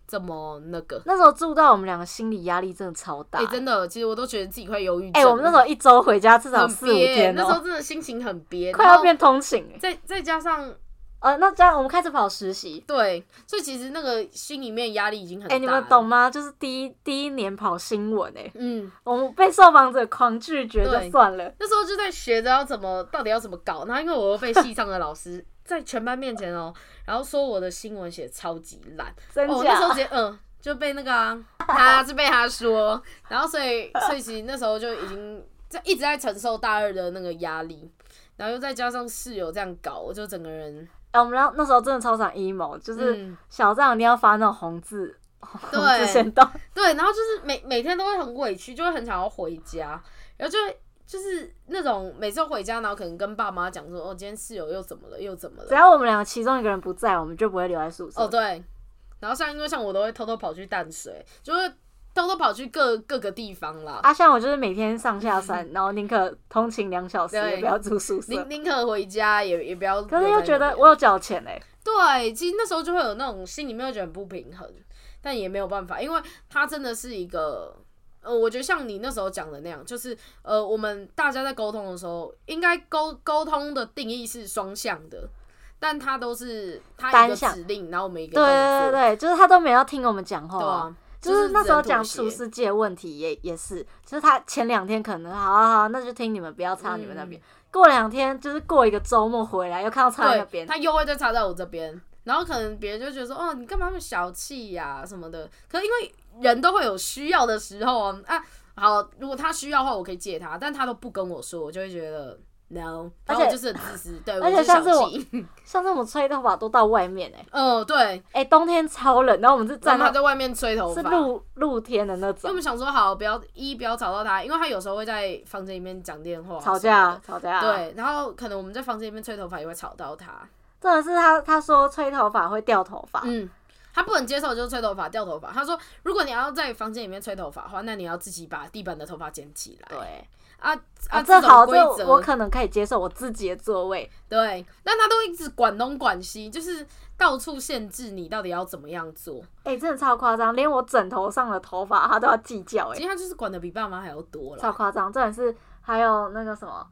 Speaker 2: 这么那个。
Speaker 1: 那时候住到我们两个心理压力真的超大。
Speaker 2: 哎、真的，其实我都觉得自己快忧郁
Speaker 1: 啊
Speaker 2: 症
Speaker 1: 哎、
Speaker 2: 了。
Speaker 1: 我们那时候一周回家至少
Speaker 2: 很
Speaker 1: 四五
Speaker 2: 憋、
Speaker 1: 天
Speaker 2: 那
Speaker 1: 哦、
Speaker 2: 时候真的心情很憋，
Speaker 1: 快
Speaker 2: 然
Speaker 1: 要
Speaker 2: 后
Speaker 1: 变通勤、欸。
Speaker 2: 再再加上
Speaker 1: 呃，那这样我们开始跑实习。
Speaker 2: 对，所以其实那个心里面压力已经很
Speaker 1: 哎、
Speaker 2: 大。
Speaker 1: 你们懂？吗？就是第一第一年跑新闻哎、
Speaker 2: 嗯，
Speaker 1: 我们被受访者狂拒绝就
Speaker 2: 对
Speaker 1: 算了，
Speaker 2: 那时候就在学着要怎么，到底要怎么搞。然后因为我又被系上的老师 在全班面前哦、然后说我的新闻写超级烂，
Speaker 1: 真
Speaker 2: 哦，我那
Speaker 1: 假？
Speaker 2: 时候直接嗯。就被那个、啊、他是被他说，然后所以所以其实那时候就已经在一直在承受大二的那个压力，然后又再加上室友这样搞，我就整个人
Speaker 1: 哎、我们那那时候真的超常 emo，就是
Speaker 2: 嗯
Speaker 1: 小账一定要发那种红字，红字
Speaker 2: 对
Speaker 1: 先到。
Speaker 2: 对，然后就是每每天都会很委屈，就会很想要回家，然后就会就是那种每次回家，然后可能跟爸妈讲说，哦，今天室友又怎么了，又怎么了
Speaker 1: 只，要我们两个其中一个人不在，我们就不会留在宿舍。
Speaker 2: 哦，对。然后像因为像我都会偷偷跑去淡水，就会偷偷跑去各各个地方啦，
Speaker 1: 啊，像我就是每天上 下山，然后宁可通勤两小时，
Speaker 2: 对
Speaker 1: 也不要住宿舍
Speaker 2: 宁。宁可回家也也不要。
Speaker 1: 可是又觉得我有缴钱哎、
Speaker 2: 对，其实那时候就会有那种心里面会觉得很不平衡，但也没有办法，因为他真的是一个。呃，我觉得像你那时候讲的那样，就是呃，我们大家在沟通的时候，应该沟沟通的定义是双向的，但他都是他一
Speaker 1: 单
Speaker 2: 个
Speaker 1: 向
Speaker 2: 指令，然后我们一个
Speaker 1: 对
Speaker 2: 动
Speaker 1: 对对
Speaker 2: 作，
Speaker 1: 对，就是他都没有要听我们讲话、
Speaker 2: 对啊，
Speaker 1: 就是那时候讲
Speaker 2: 只能
Speaker 1: 厨
Speaker 2: 妥协
Speaker 1: 师界问题也也是，就是他前两天可能好好好，那就听你们，不要插你们那
Speaker 2: 嗯
Speaker 1: 边。过两天就是过一个周末回来，又看到插在那
Speaker 2: 对，
Speaker 1: 边，
Speaker 2: 他又会再插在我这边，然后可能别人就觉得说，哦，你干嘛那么小气呀、什么的。可是因为人都会有需要的时候啊，啊，好，如果他需要的话，我可以借他，但他都不跟我说，我就会觉得 no，
Speaker 1: 而且
Speaker 2: 然后我就是很自私，对，
Speaker 1: 而且
Speaker 2: 我就是
Speaker 1: 像是
Speaker 2: 小气，
Speaker 1: 像是我们吹头发都到外面哎、欸，
Speaker 2: 嗯，对，
Speaker 1: 哎、冬天超冷，然后我们是
Speaker 2: 然
Speaker 1: 站
Speaker 2: 后他
Speaker 1: 到
Speaker 2: 在外面吹头
Speaker 1: 是
Speaker 2: 发。
Speaker 1: 露露天的那
Speaker 2: 因为我
Speaker 1: 种，
Speaker 2: 们想说好，不要一不要吵到他，因为他有时候会在房间里面讲电话、
Speaker 1: 吵架，吵架，，啊
Speaker 2: 对，然后可能我们在房间里面吹头发也会吵到他，
Speaker 1: 真的是他他说吹头发会掉头发，
Speaker 2: 嗯，他不能接受就是吹头发、掉头发。他说，如果你要在房间里面吹头发的话，那你要自己把地板的头发捡起来。
Speaker 1: 对，
Speaker 2: 啊
Speaker 1: 啊，
Speaker 2: 啊，
Speaker 1: 这
Speaker 2: 种
Speaker 1: 好，
Speaker 2: 规
Speaker 1: 这我
Speaker 2: 则
Speaker 1: 可能可以接受我自己的座位，
Speaker 2: 对，但他都一直管东管西，就是到处限制你到底要怎么样做。
Speaker 1: 哎、真的超夸张，连我枕头上的头发他都要计较、
Speaker 2: 其
Speaker 1: 欸，
Speaker 2: 实他就是管的比爸妈还要多
Speaker 1: 超
Speaker 2: 了。
Speaker 1: 夸张，真的是还有那个什么，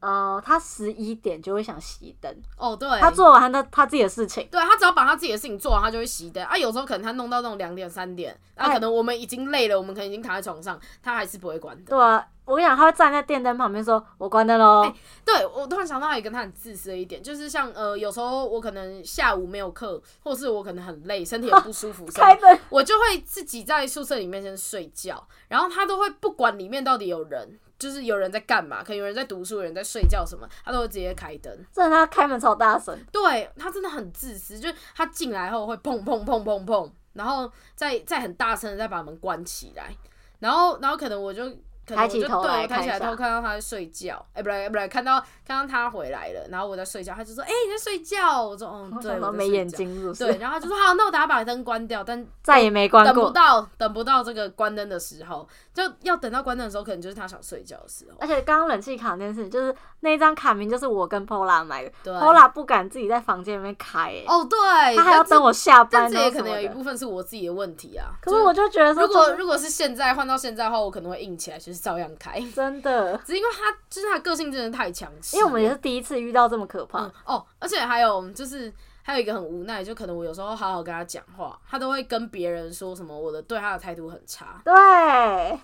Speaker 1: 呃，他十一点就会想熄灯，
Speaker 2: 哦，对，
Speaker 1: 他做完他他自己的事情，
Speaker 2: 对他只要把他自己的事情做完，他就会熄灯啊。有时候可能他弄到那种两点三点，啊，
Speaker 1: 哎
Speaker 2: 可能我们已经累了，我们可能已经躺在床上，他还是不会关的。
Speaker 1: 对啊，我跟你讲，他会站在电灯旁边说，我关灯喽，
Speaker 2: 哎对我突然想到还有一个他很自私的一点，就是像呃，有时候我可能下午没有课，或是我可能很累，身体很不舒服，所以
Speaker 1: 开灯，
Speaker 2: 我就会自己在宿舍里面先睡觉，然后他都会不管里面到底有人，就是有人在干嘛，可能有人在读书，有人在睡觉什么，他都会直接开灯。
Speaker 1: 真的他开门超大声，
Speaker 2: 对他真的很自私，就是他进来后会砰砰砰砰砰，然后再再很大声的再把门关起来，然后然后可能我就可能
Speaker 1: 抬
Speaker 2: 我就
Speaker 1: 起头
Speaker 2: 对
Speaker 1: 来
Speaker 2: 我抬
Speaker 1: 看
Speaker 2: 起来
Speaker 1: 一下
Speaker 2: 头看到他在睡觉，哎、不对不对，看到看到他回来了，然后我在睡觉，他就说：“哎、你在睡觉？”我说：“嗯，
Speaker 1: 我
Speaker 2: 对，
Speaker 1: 想
Speaker 2: 我
Speaker 1: 到
Speaker 2: 在
Speaker 1: 没
Speaker 2: 睡
Speaker 1: 眼
Speaker 2: 觉。
Speaker 1: 睛是不”
Speaker 2: 对，
Speaker 1: 是？
Speaker 2: 然后他就说：“好，那我等下把灯关掉。”但
Speaker 1: 再也没关
Speaker 2: 等不
Speaker 1: 过。
Speaker 2: 到，等不到这个关灯的时候，就要等到关灯的时候，可能就是他想睡觉的时候。
Speaker 1: 而且刚刚冷气卡那件事情，就是那一张卡名就是我跟 Pola 买的
Speaker 2: 对，
Speaker 1: ，Pola 不敢自己在房间里面开、欸，
Speaker 2: 哦，对，
Speaker 1: 他还要
Speaker 2: 但这
Speaker 1: 等我下
Speaker 2: 但
Speaker 1: 班
Speaker 2: 这
Speaker 1: 然后
Speaker 2: 也
Speaker 1: 什
Speaker 2: 可能
Speaker 1: 么
Speaker 2: 有一
Speaker 1: 的。
Speaker 2: 部分是我自己的问题啊。
Speaker 1: 可是我就觉得说，
Speaker 2: 就 如果
Speaker 1: 真的
Speaker 2: 如果是现在换到现在的话，我可能会硬起来，就是照样开。
Speaker 1: 真的，
Speaker 2: 只是因为他就是他个性真的太强势
Speaker 1: 因
Speaker 2: 了，
Speaker 1: 为我们也是第一次遇到这么可怕，
Speaker 2: 嗯哦，而且还有就是还有一个很无奈，就可能我有时候好好跟他讲话，他都会跟别人说什么我的对他的态度很差。
Speaker 1: 对，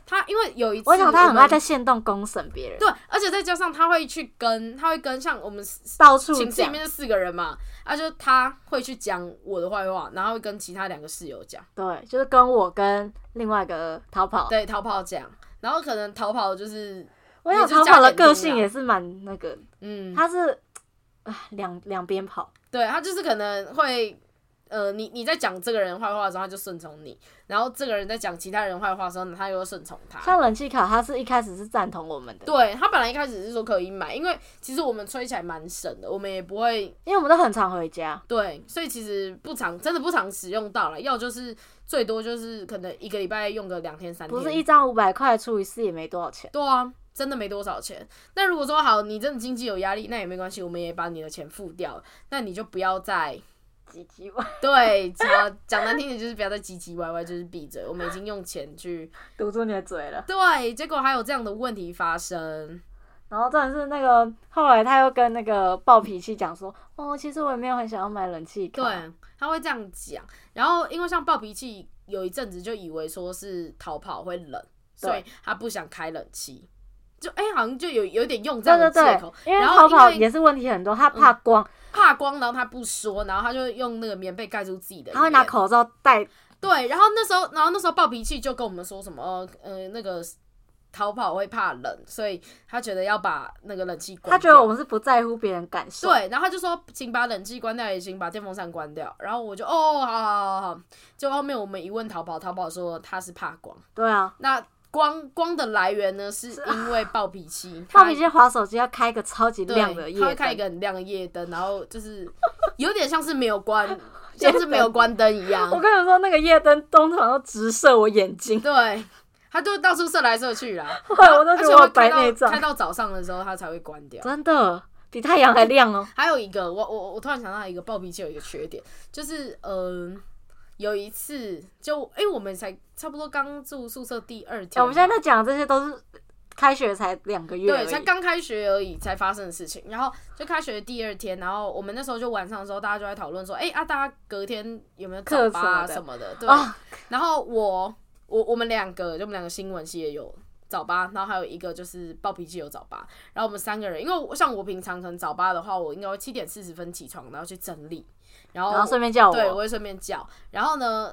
Speaker 2: 他因为有一次
Speaker 1: 我想他很
Speaker 2: 们
Speaker 1: 爱在线动公审别人，
Speaker 2: 对，而且再加上他会去跟他会跟像我们
Speaker 1: 到处
Speaker 2: 寝室里
Speaker 1: 讲，
Speaker 2: 面就四个人嘛，啊，就他会去讲我的坏话，然后会跟其他两个室友讲，
Speaker 1: 对，就是跟我跟另外一个逃跑，
Speaker 2: 对，逃跑讲，然后可能逃跑就是，
Speaker 1: 我想
Speaker 2: 也就是
Speaker 1: 逃
Speaker 2: 加
Speaker 1: 跑的
Speaker 2: 点力啦
Speaker 1: 个性也是蛮那个，
Speaker 2: 嗯，
Speaker 1: 他是唉两两边跑，
Speaker 2: 对他就是可能会，呃，你你在讲这个人坏话的时候，他就顺从你，然后这个人在讲其他人坏话的时候，他又会顺从他。
Speaker 1: 像冷气卡，他是一开始是赞同我们的，
Speaker 2: 啊对他本来一开始是说可以买，因为其实我们吹起来蛮省的，我们也不会
Speaker 1: 因为我们都很常回家，
Speaker 2: 对，所以其实不常真的不常使用到了，要就是最多就是可能一个礼拜用个两天三天，
Speaker 1: 不是一张五百块除以四也没多少钱，
Speaker 2: 对啊，真的没多少钱。那如果说好，你真的经济有压力，那也没关系，我们也把你的钱付掉，那你就不要再
Speaker 1: 几几万
Speaker 2: 对讲讲难听点，就是不要再唧唧歪歪，就是闭嘴。我们已经用钱去
Speaker 1: 堵住你的嘴了。
Speaker 2: 对，结果还有这样的问题发生。
Speaker 1: 然后真的是那个后来他又跟那个暴脾气讲说，哦，其实我也没有很想要买冷气卡，
Speaker 2: 对，他会这样讲。然后因为像暴脾气，有一阵子就以为说是逃跑会冷，所以他不想开冷气。就哎、好像就有有点用这
Speaker 1: 对
Speaker 2: 样
Speaker 1: 对
Speaker 2: 的借
Speaker 1: 对
Speaker 2: 口，，
Speaker 1: 因为
Speaker 2: 然
Speaker 1: 逃
Speaker 2: 后
Speaker 1: 跑
Speaker 2: 因为嗯
Speaker 1: 也是问题很多，他怕光，
Speaker 2: 怕光，然后他不说，然后他就用那个棉被盖住自己的脸，
Speaker 1: 他会拿口罩戴，
Speaker 2: 对，然后那时候，然后那时候暴脾气就跟我们说什么，呃，呃那个逃跑会怕冷，所以他觉得要把那个冷气关掉。
Speaker 1: 他觉得我们是不在乎别人感受，
Speaker 2: 对，然后他就说，请把冷气关掉，也请把电风扇关掉。然后我就，哦，好好好好。就后面我们一问逃跑，逃跑说他是怕光。
Speaker 1: 对啊，
Speaker 2: 那光光的来源呢，是因为暴脾 气，
Speaker 1: 暴
Speaker 2: 他
Speaker 1: 脾气划手机要开一个超级
Speaker 2: 对
Speaker 1: 亮的夜
Speaker 2: 他会开一
Speaker 1: 灯，
Speaker 2: 个很亮的夜灯，然后就是有点像是没 有关，像是没有关灯一样
Speaker 1: 我。跟你说那个夜灯通常都直射我眼睛，
Speaker 2: 对，他就到处射来射去啦。
Speaker 1: 后来我都
Speaker 2: 而
Speaker 1: 觉
Speaker 2: 且
Speaker 1: 得我
Speaker 2: 会
Speaker 1: 白
Speaker 2: 开到
Speaker 1: 内障
Speaker 2: 开，到早上的时候，它才会关掉。
Speaker 1: 真的比太阳还亮哦，
Speaker 2: 还有一个，我我我突然想到一个暴脾气有一个缺点，就是嗯、有一次就哎、我们才差不多刚住宿舍第二
Speaker 1: 哎
Speaker 2: 天，
Speaker 1: 我们现在在讲的这些都是开学才两个月而
Speaker 2: 对
Speaker 1: 已，
Speaker 2: 才刚开学而已才发生的事情。然后就开学的第二天，然后我们那时候就晚上的时候，大家就在讨论说，哎、啊，大家隔天有没有
Speaker 1: 课
Speaker 2: 早八啊
Speaker 1: 什
Speaker 2: 什么的？对。
Speaker 1: 啊
Speaker 2: 然后我我我们两个就我们两个新闻系也有早八，然后还有一个就是暴脾气有早八，然后我们三个人，因为我像我平常可能早八的话，我应该会七点四十分起床，然后去整理，然后
Speaker 1: 然后啊顺便叫
Speaker 2: 对我
Speaker 1: 我，
Speaker 2: 会顺便叫，然后呢，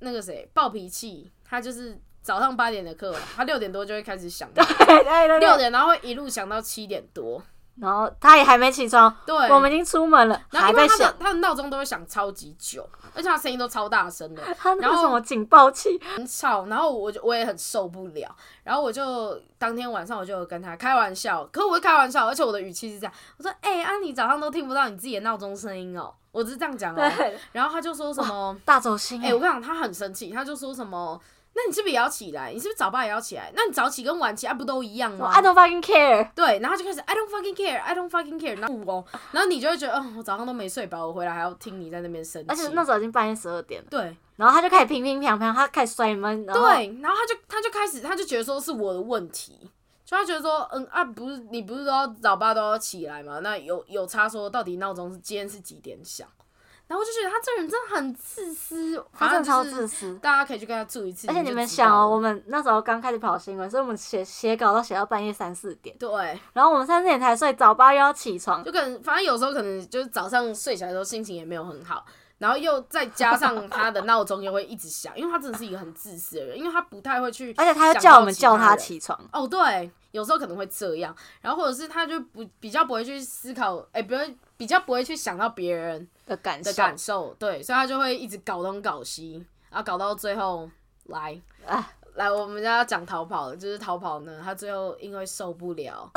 Speaker 2: 那个谁暴脾气，他就是早上八点的课嘛，他六点多就会开始想 到
Speaker 1: 对对对
Speaker 2: 六
Speaker 1: 对，
Speaker 2: 点，然后会一路想到七点多，
Speaker 1: 然后他也还没起床，
Speaker 2: 对，
Speaker 1: 我们已经出门了，
Speaker 2: 然后
Speaker 1: 还
Speaker 2: 因
Speaker 1: 在
Speaker 2: 为他
Speaker 1: 想
Speaker 2: 的他的闹钟都会响超级久，而且他声音都超大声的，
Speaker 1: 他那
Speaker 2: 然
Speaker 1: 个
Speaker 2: 后
Speaker 1: 什么警报器，
Speaker 2: 很吵，然后我就我也很受不了，然后我就当天晚上我就跟他开玩笑，可我会开玩笑，而且我的语气是这样，我说：“哎、啊，你早上都听不到你自己的闹钟声音哦。”我只是这样讲哦、
Speaker 1: 对，
Speaker 2: 然后他就说什么
Speaker 1: 大走：“心
Speaker 2: 哎、
Speaker 1: 欸，
Speaker 2: 我跟你讲，他很生气，他就说什么。”那你是不是也要起来？你是不是早八也要起来？那你早起跟晚起啊，不都一样
Speaker 1: 我
Speaker 2: 吗？
Speaker 1: I don't fucking care，
Speaker 2: 对，然后他就开始 I don't fucking care, I don't fucking care，然后我，然后你就会觉得，哦，我早上都没睡饱，我回来还要听你在那边生气。
Speaker 1: 而且那时候已经半夜十二点了，
Speaker 2: 对，
Speaker 1: 然后他就开始乒乒乓乓，他开始摔门，然后
Speaker 2: 对，然后他就他就开始他就觉得说是我的问题，就他觉得说，嗯啊，不是你不是都要早八都要起来嘛？那有有差说到底闹钟是今天是几点响？然后我就觉得他这人真的很自私，
Speaker 1: 他
Speaker 2: 反
Speaker 1: 真
Speaker 2: 正
Speaker 1: 的超
Speaker 2: 就是
Speaker 1: 自私。
Speaker 2: 大家可以去跟他住一次，
Speaker 1: 而且
Speaker 2: 就
Speaker 1: 你们
Speaker 2: 知
Speaker 1: 想
Speaker 2: 道
Speaker 1: 哦，我
Speaker 2: 了
Speaker 1: 们那时候刚开始跑新闻，所以我们写写稿都写到半夜三四点，
Speaker 2: 对，
Speaker 1: 然后我们三四点才睡，早八又要起床，
Speaker 2: 就可能反正有时候可能就是早上睡起来的时候心情也没有很好。然后又再加上他的闹钟又会一直响，因为他真的是一个很自私的人，因为他不太会去，
Speaker 1: 而且他又叫我们叫他起床，
Speaker 2: 哦，对，有时候可能会这样，然后或者是他就不比较不会去思考，哎、不会比较不会去想到别人
Speaker 1: 的感
Speaker 2: 的
Speaker 1: 受，
Speaker 2: 感受，对，所以他就会一直搞东搞西，然后搞到最后来
Speaker 1: 哎，
Speaker 2: 来，我们家要讲逃跑了，就是逃跑呢，他最后因为受不了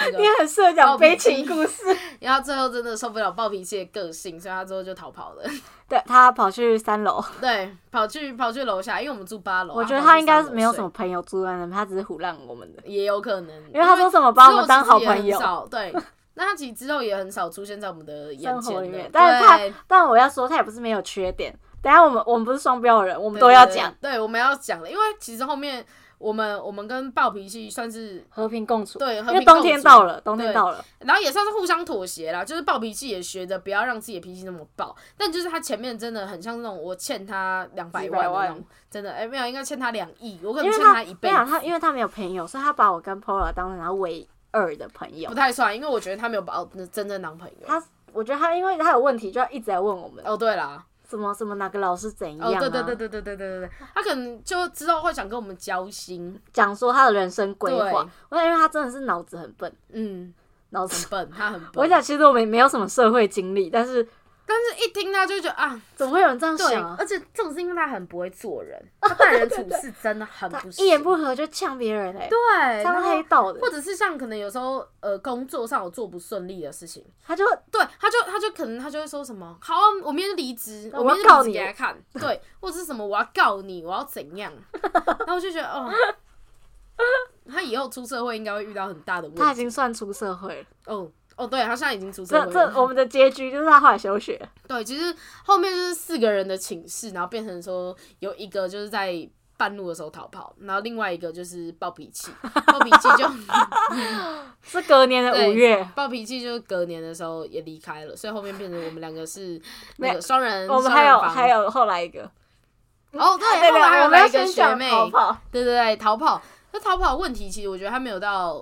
Speaker 2: 那个
Speaker 1: 你，很适合讲
Speaker 2: 暴脾
Speaker 1: 悲情
Speaker 2: 气
Speaker 1: 故事。
Speaker 2: 然后他最后真的受不了暴脾气的个性，所以他最后就逃跑了。
Speaker 1: 对他跑去三 楼，
Speaker 2: 对，跑去跑去楼下，因为我们住八楼，
Speaker 1: 我觉得
Speaker 2: 他
Speaker 1: 他应该没有什
Speaker 2: 么，
Speaker 1: 么朋友住在那边，他只是胡乱我们的。
Speaker 2: 也有可能，
Speaker 1: 因为他说什么把我们当好
Speaker 2: 只
Speaker 1: 朋
Speaker 2: 有其实也
Speaker 1: 友
Speaker 2: 很，少对，那他其实之后也很少出现在我们的眼
Speaker 1: 生活
Speaker 2: 前
Speaker 1: 里面
Speaker 2: 的，
Speaker 1: 但是他
Speaker 2: 对
Speaker 1: 但我要说他也不是没有缺点。等一下我们我们不是双标的人，我们
Speaker 2: 对
Speaker 1: 都要讲，
Speaker 2: 对，对我们要讲的，因为其实后面我们我们跟暴脾气算是
Speaker 1: 和平共处。
Speaker 2: 对，
Speaker 1: 因
Speaker 2: 和
Speaker 1: 为
Speaker 2: 平
Speaker 1: 冬天到
Speaker 2: 了，
Speaker 1: 了，冬天
Speaker 2: 对
Speaker 1: 到了，
Speaker 2: 然后也算是互相妥协啦，就是暴脾气也学着不要让自己的脾气那么暴，但就是他前面真的很像那种我欠他两百万的
Speaker 1: 几
Speaker 2: 那
Speaker 1: 百万
Speaker 2: 种，真的哎、没有，应该欠他两亿，我可
Speaker 1: 因
Speaker 2: 能
Speaker 1: 为
Speaker 2: 欠
Speaker 1: 他
Speaker 2: 一
Speaker 1: 没
Speaker 2: 辈
Speaker 1: 有
Speaker 2: 子。
Speaker 1: 他，因为他没有朋友，所以他把我跟 Pola 当成他唯二的朋友
Speaker 2: 不。太算，因为我觉得他没有把我真正当朋友。
Speaker 1: 他我觉得他因为他有问题，就要一直在问我们，
Speaker 2: 哦，对啦，
Speaker 1: 什么什么哪个老师怎样
Speaker 2: 哦，
Speaker 1: 啊，
Speaker 2: 对对对对对对对对对，他可能就之后会想跟我们交心，
Speaker 1: 讲说他的人生规
Speaker 2: 对
Speaker 1: 划。我想，因为他真的是脑子很笨，
Speaker 2: 嗯，
Speaker 1: 脑 子。
Speaker 2: 很笨，他很笨。
Speaker 1: 我想，其实我们也没有什么社会经历，但是
Speaker 2: 但是一听他就觉得啊，
Speaker 1: 怎么会有人这样
Speaker 2: 对
Speaker 1: 想啊，？
Speaker 2: 而且这种事情他很不会做人，他待人处事真的很
Speaker 1: 他
Speaker 2: 不行，
Speaker 1: 一言不合就呛别人哎、欸，
Speaker 2: 对，
Speaker 1: 像
Speaker 2: 然后
Speaker 1: 黑道的
Speaker 2: 或，者是像可能有时候呃工作上有做不顺利的事情，
Speaker 1: 他就
Speaker 2: 对，他就他就可能他就会说什么，好啊，我明天就离职，
Speaker 1: 我
Speaker 2: 我明天
Speaker 1: 要告
Speaker 2: 就离职
Speaker 1: 你
Speaker 2: 给他看，对，或者是什么我要告你，我要怎样，然后我就觉得哦，他以后出社会应该会遇到很大的
Speaker 1: 他
Speaker 2: 问
Speaker 1: 已
Speaker 2: 题，
Speaker 1: 经算出社会了。
Speaker 2: 哦哦，对他现在已经出社
Speaker 1: 这
Speaker 2: 会
Speaker 1: 这
Speaker 2: 了，
Speaker 1: 我们的结局就是他后来休学，
Speaker 2: 对，其实后面就是四个人的寝室，然后变成说有一个就是在。半路的时候逃跑，然后另外一个就是暴 脾气，暴脾气就
Speaker 1: 是隔年的
Speaker 2: 对
Speaker 1: 五月，
Speaker 2: 暴脾气就是隔年的时候也离开了，所以后面变成我们两个是
Speaker 1: 没有
Speaker 2: 那个双人，
Speaker 1: 我们还有
Speaker 2: 双人房
Speaker 1: 还有后来一个，
Speaker 2: 哦，对，
Speaker 1: 对
Speaker 2: 后来还
Speaker 1: 对，我们
Speaker 2: 有来
Speaker 1: 要
Speaker 2: 一个
Speaker 1: 先
Speaker 2: 学
Speaker 1: 讲
Speaker 2: 妹，
Speaker 1: 逃跑，
Speaker 2: 对对对，逃跑。那逃跑的问题，其实我觉得他没有到，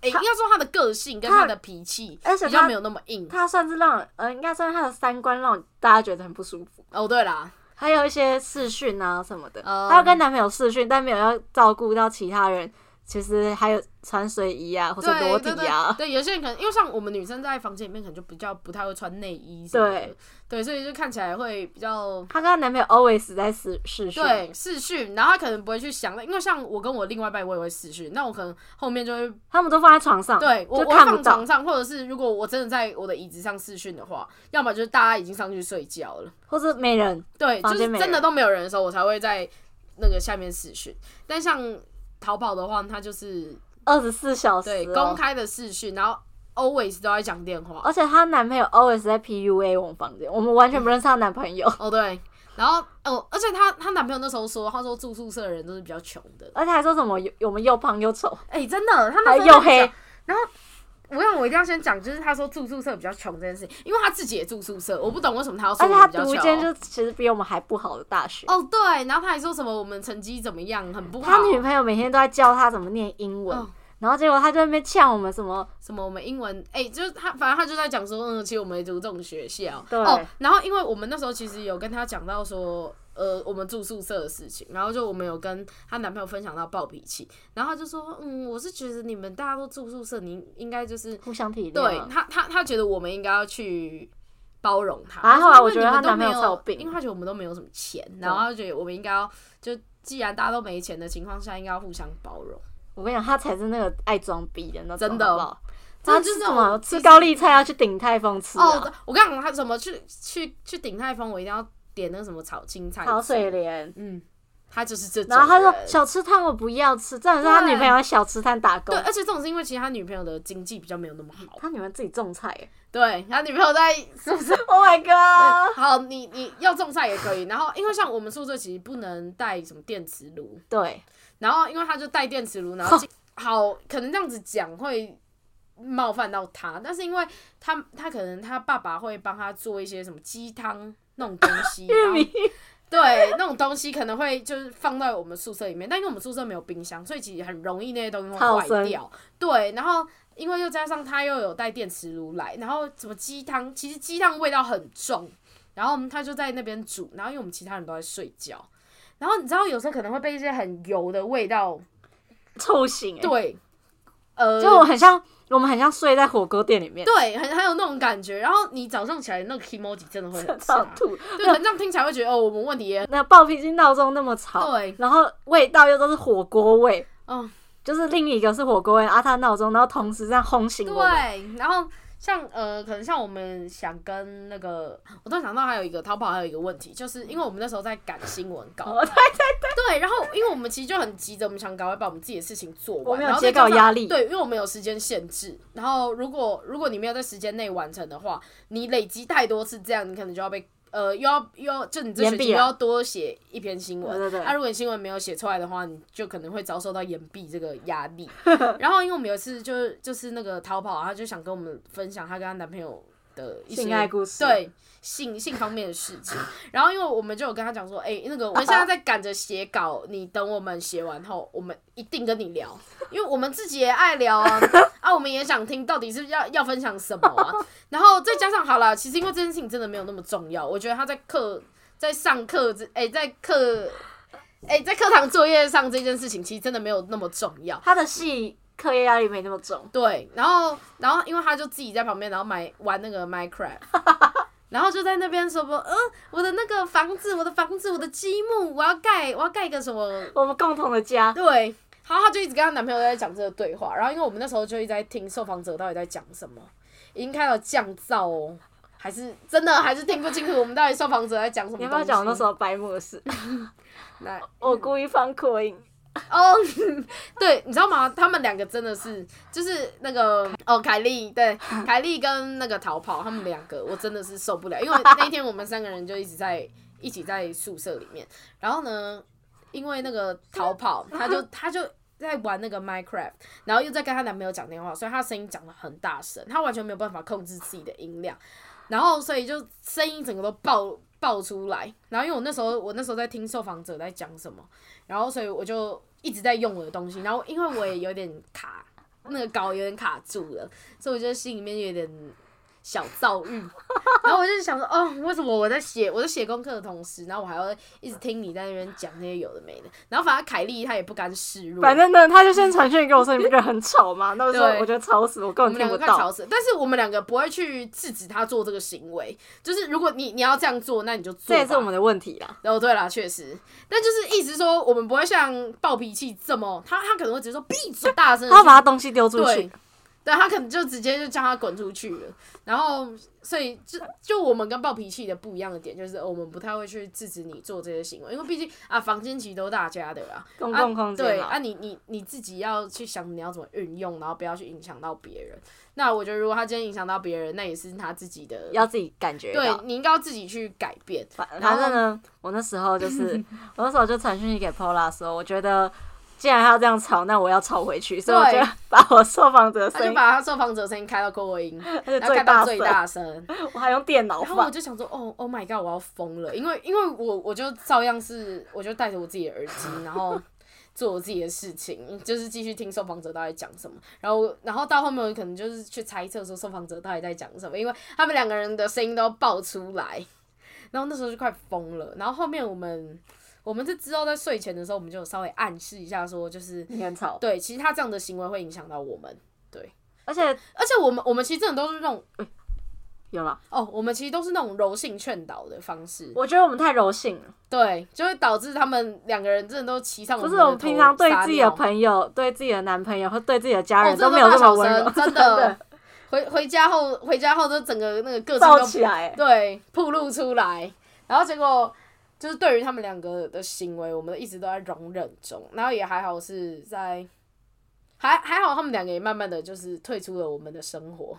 Speaker 2: 诶、应该说他的个性跟
Speaker 1: 他
Speaker 2: 他的脾气
Speaker 1: 而且
Speaker 2: 比较
Speaker 1: 他
Speaker 2: 没有那么硬。
Speaker 1: 他算是让人呃，应该算是他的三观让大家觉得很不舒服。
Speaker 2: 哦，对啦，
Speaker 1: 还有一些视讯啊什么的，
Speaker 2: 嗯
Speaker 1: 她要跟男朋友视讯，但没有要照顾到其他人。其实还有穿睡衣啊，或者裸
Speaker 2: 对
Speaker 1: 体
Speaker 2: 对对
Speaker 1: 啊，
Speaker 2: 对，有些人可能因为像我们女生在房间里面可能就比较不太会穿内衣什么的，
Speaker 1: 对
Speaker 2: 对，所以就看起来会比较
Speaker 1: 她跟她男朋友 always 在视视讯，
Speaker 2: 对视讯，然后他可能不会去想，因为像我跟我另外一半我也会视讯，那我可能后面就会
Speaker 1: 他们都放在床上，
Speaker 2: 对我
Speaker 1: 哦就
Speaker 2: 我
Speaker 1: 看不
Speaker 2: 放
Speaker 1: 到
Speaker 2: 床，上，或者是如果我真的在我的椅子上视讯的话，要么就是大家已经上去睡觉了，
Speaker 1: 或是没人。
Speaker 2: 对，
Speaker 1: 房
Speaker 2: 就
Speaker 1: 间
Speaker 2: 是
Speaker 1: 没
Speaker 2: 真的
Speaker 1: 人
Speaker 2: 都没有人的时候，我才会在那个下面视讯。但像淘宝的话，它就是
Speaker 1: 二十四小时、哦
Speaker 2: 对公，开的视讯，然后 always 都在讲电话。
Speaker 1: 而且她男朋友 always 在 PUA 我们房间，我们完全不认识她男朋 友，
Speaker 2: 哦，对，然后哦，而且她她男朋友那时候说，她说住宿舍的人都是比较穷的，
Speaker 1: 而且还说什么有我们又胖又丑，
Speaker 2: 哎、真的，他
Speaker 1: 还
Speaker 2: 那时
Speaker 1: 又
Speaker 2: 候在讲
Speaker 1: 黑。，
Speaker 2: 我想我一定要先讲，就是他说住宿舍比较穷这件事，因为他自己也住宿舍，我不懂为什么他要说
Speaker 1: 而且
Speaker 2: 我
Speaker 1: 她
Speaker 2: 们比较
Speaker 1: 读
Speaker 2: 穷。
Speaker 1: 间就其实比我们还不好的大学。
Speaker 2: 哦，对，然后他还说什么我们成绩怎么样，很不好，
Speaker 1: 他女朋友每天都在教他怎么念英文，
Speaker 2: 嗯
Speaker 1: 然后结果他就在那边呛我们什么，
Speaker 2: 什么我们英文，哎、就是他，反正他就在讲说，嗯，其实我们也读这种学校，
Speaker 1: 对
Speaker 2: 哦，然后因为我们那时候其实有跟他讲到说。呃，我们住宿舍的事情，然后就我们有跟她男朋友分享到暴脾气，然后他就说，嗯，我是觉得你们大家都住宿舍，你应该就是
Speaker 1: 互相体谅。
Speaker 2: 对他，他他觉得我们应该要去包容他。
Speaker 1: 啊
Speaker 2: 他
Speaker 1: 后
Speaker 2: 说
Speaker 1: 来
Speaker 2: 因
Speaker 1: 我
Speaker 2: 为
Speaker 1: 觉
Speaker 2: 你
Speaker 1: 得
Speaker 2: 们
Speaker 1: 她
Speaker 2: 都
Speaker 1: 男
Speaker 2: 没
Speaker 1: 朋友
Speaker 2: 有
Speaker 1: 超有病
Speaker 2: 因为他觉得我们都没有什么钱，然后他觉得我们应该要就既然大家都没钱的情况下，应该要互相包容。
Speaker 1: 我跟你讲，他才是那个爱装逼的那种，
Speaker 2: 真的
Speaker 1: 好不好？
Speaker 2: 真
Speaker 1: 他
Speaker 2: 的就是是
Speaker 1: 什
Speaker 2: 那
Speaker 1: 么
Speaker 2: 种
Speaker 1: 吃高丽菜要去顶泰丰吃
Speaker 2: 哦，
Speaker 1: 啊，
Speaker 2: 对我跟你讲，他怎么去去去鼎泰丰，我一定要点那个什么炒青菜
Speaker 1: 炒水
Speaker 2: 的，
Speaker 1: 莲。
Speaker 2: 嗯，他就是这种人。
Speaker 1: 然后他说小吃摊我不要吃，这样是他
Speaker 2: 对
Speaker 1: 女朋友在小吃摊打工
Speaker 2: 对，，而且这种是因为其实他女朋友的经济比较没有那么好，
Speaker 1: 他女朋友自己种菜 耶。
Speaker 2: 对他女朋友在宿舍。
Speaker 1: Oh my god！
Speaker 2: 好，你你要种菜也可以。然后，因为像我们宿舍其实不能带什么电磁炉，
Speaker 1: 对，
Speaker 2: 然后因为他就带电磁炉，然后进好可能这样子讲会冒犯到他，但是因为他他可能他爸爸会帮他做一些什么鸡汤那种东西，然后 对那种东西可能会就是放到我们宿舍里面，但因为我们宿舍没有冰箱，所以其实很容易那些东西会
Speaker 1: 超
Speaker 2: 坏
Speaker 1: 生
Speaker 2: 掉。对，然后因为又加上他又有带电磁炉来，然后什么鸡汤，其实鸡汤味道很重，然后他就在那边煮，然后因为我们其他人都在睡觉。然后你知道，有时候可能会被一些很油的味道
Speaker 1: 臭醒耶。
Speaker 2: 对呃，
Speaker 1: 就我很像我们很像睡在火锅店里面，
Speaker 2: 对，很很有那种感觉。然后你早上起来那个 emoji 真的会 很
Speaker 1: 到
Speaker 2: 差，
Speaker 1: 吐。
Speaker 2: 对，可能这样听起来会觉得哦，我们问题也
Speaker 1: 那暴脾气闹钟那么吵，
Speaker 2: 对，
Speaker 1: 然后味道又都是火锅味，
Speaker 2: 嗯，
Speaker 1: 就是另一个是火锅味，啊，他闹钟，然后同时这样轰醒我们。
Speaker 2: 对。然后像呃，可能像我们想跟那个，我突然想到还有一个淘宝还有一个问题，就是因为我们那时候在赶新闻稿，
Speaker 1: 哦对
Speaker 2: 对，然后因为我们其实就很急着，我们想赶快把我们自己的事情做完，
Speaker 1: 我们有
Speaker 2: 然后再
Speaker 1: 截稿
Speaker 2: 加上
Speaker 1: 压力
Speaker 2: 对，因为我们有时间限制。然后如果如果你没有在时间内完成的话，你累积太多次这样，你可能就要被呃又要又要就你这
Speaker 1: 延
Speaker 2: 学
Speaker 1: 毕
Speaker 2: 期又
Speaker 1: 了
Speaker 2: 要多写一篇新闻，
Speaker 1: 对对对
Speaker 2: 啊，如果你新闻没有写出来的话，你就可能会遭受到延毕这个压力。然后因为我们有一次就是就是那个逃跑，她就想跟我们分享她跟她男朋友的一些
Speaker 1: 性爱故事
Speaker 2: 对性性方面的事情。然后因为我们就有跟她讲说，哎、那个我们现在在赶着写稿，你等我们写完后，我们一定跟你聊，因为我们自己也爱聊啊， 啊，我们也想听到底是要要分享什么啊。然后再加上好了，其实因为这件事情真的没有那么重要，我觉得她在课在上课之哎、在课。哎、在课堂作业上这件事情其实真的没有那么重要，
Speaker 1: 他的戏课业压力没那么重，
Speaker 2: 对，然后然后因为他就自己在旁边，然后买玩那 个 Minecraft，然后就在那边说不，嗯，我的那个房子，我的房子，我的积木，我要盖，我要盖一个什么？
Speaker 1: 我们共同的 家，
Speaker 2: 对，然后她就一直跟她男朋友在讲这个对话，然后因为我们那时候就一直在听受访者到底在讲什么，已经开始降噪哦。还是真的还是听不清楚，我们到底受访者在讲什么？
Speaker 1: 你要不要讲我那时
Speaker 2: 候？
Speaker 1: 候白目的事？
Speaker 2: 来，
Speaker 1: 我故意放扩 音，
Speaker 2: 哦，对，你知道吗？他们两个真的是，就是那个哦，凯莉，对，凯莉跟那个逃跑，他们两个我真的是受不了，因为那一天我们三个人就一直在一起在宿舍里面，然后呢，因为那个逃跑，他就他就。在玩那个 Minecraft，然后又在跟她男朋友讲电话，所以她声音讲的很大声，她完全没有办法控制自己的音量，然后所以就声音整个都爆爆出来。然后因为我那时候我那时候在听受访者在讲什么，然后所以我就一直在用我的东西，然后因为我也有点卡，那个稿有点卡住了，所以我觉得心里面有点小躁郁。然后我就想说，哦，为什么我在写我在写功课的同时，然后我还要一直听你在那边讲那些有的没的。然后反正凯莉她也不甘示弱，
Speaker 1: 反正呢，他就先传讯跟我说，你不觉得很吵吗？那我说
Speaker 2: 对
Speaker 1: 我觉得吵死，我根
Speaker 2: 我
Speaker 1: 本
Speaker 2: 们
Speaker 1: 听
Speaker 2: 两
Speaker 1: 不
Speaker 2: 个快
Speaker 1: 到
Speaker 2: 吵。死了。但是我们两个不会去制止她做这个行为，就是如果你你要这样做，那你就做
Speaker 1: 这
Speaker 2: 吧。
Speaker 1: 也是我们的问题啦。
Speaker 2: 哦，对啦，确实，但就是意思说，我们不会像暴脾气这么，他他可能会直接说闭嘴，大声地
Speaker 1: 他把他东西丢出
Speaker 2: 对
Speaker 1: 去，，
Speaker 2: 对他可能就直接就叫他滚出去了。然后，所以就就我们跟暴脾气的不一样的点，就是呃我们不太会去制止你做这些行为，因为毕竟啊，房间其实都大家的啦，
Speaker 1: 公共空
Speaker 2: 对
Speaker 1: 间
Speaker 2: 啊
Speaker 1: 嘛。
Speaker 2: 你，你你自己要去想你要怎么运用，然后不要去影响到别人。那我觉得，如果他今天影响到别人，那也是他自己的，
Speaker 1: 要自己感觉
Speaker 2: 对
Speaker 1: 到。
Speaker 2: 你应该要自己去改变。
Speaker 1: 反
Speaker 2: 啊然后
Speaker 1: 反正呢，我那时候就是，我那时候就传讯息给 Pola 说，我觉得既然他要这样吵，那我要吵回去，所以我
Speaker 2: 对
Speaker 1: 就 把我受访者的
Speaker 2: 他就
Speaker 1: 声音，
Speaker 2: 把他受访者的声音开到扩音，
Speaker 1: 而且
Speaker 2: 然 后
Speaker 1: 最
Speaker 2: 开到
Speaker 1: 大
Speaker 2: 最
Speaker 1: 声，
Speaker 2: 大声，
Speaker 1: 我还用电脑
Speaker 2: 然后我
Speaker 1: 放，
Speaker 2: 就想说，哦，Oh my god，我要疯了，因为因为我我就照样是，我就戴着我自己的耳机，然后做我自己的事情，就是继续听受访者到底讲什么，然后然后到后面我可能就是去猜测说受访者到底在讲什么，因为他们两个人的声音都爆出来，然后那时候就快疯了，然后后面我们我们是之后在睡前的时候，我们就有稍微暗示一下说，就是
Speaker 1: 你很吵。
Speaker 2: 对，其实他这样的行为会影响到我们，
Speaker 1: 而且
Speaker 2: 而且我们我们其实真的都是那种
Speaker 1: 有了，
Speaker 2: 哦，我们其实都是那种柔性劝导的方式。
Speaker 1: 我觉得我们太柔性了，
Speaker 2: 对，就会导致他们两个人真的都骑上
Speaker 1: 不
Speaker 2: 们
Speaker 1: 是
Speaker 2: 的
Speaker 1: 我们平常对自己的
Speaker 2: 朋
Speaker 1: 朋友、对自己的男朋友或对自己的家
Speaker 2: 友
Speaker 1: 人都没有这么温柔，
Speaker 2: 真的。回回家后，回家后都整个那个个性
Speaker 1: 抱
Speaker 2: 都
Speaker 1: 起来、欸
Speaker 2: 对暴露出来，然后结果就是对于他们两个的行为，我们一直都在容忍中，然后也还好是在，还还好他们两个也慢慢的就是退出了我们的生活。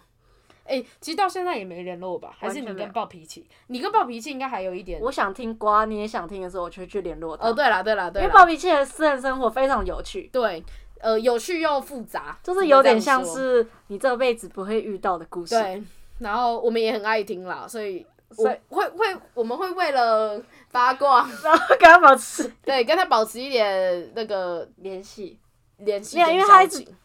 Speaker 2: 哎、其实到现在也没联络吧？还
Speaker 1: 完
Speaker 2: 是
Speaker 1: 全
Speaker 2: 你
Speaker 1: 没有
Speaker 2: 跟暴脾气？你跟暴脾气应该还有一点。
Speaker 1: 我想听瓜，你也想听的时候，我就会去联络他。
Speaker 2: 哦，对啦对啦对
Speaker 1: 因
Speaker 2: 啦
Speaker 1: 为。暴脾气的私人生活非常有趣，
Speaker 2: 对，呃，有趣又复杂，
Speaker 1: 就是有点像
Speaker 2: 只能
Speaker 1: 是你这辈子不会遇到的故事
Speaker 2: 这。样说对。然后我们也很爱听啦，所以我
Speaker 1: 所以
Speaker 2: 会会我们会为了八卦，
Speaker 1: 然后跟他保持
Speaker 2: 对，跟他保持一点那个
Speaker 1: 联系，
Speaker 2: 联系
Speaker 1: 没有
Speaker 2: 跟
Speaker 1: 因为他
Speaker 2: 交
Speaker 1: 一直
Speaker 2: 集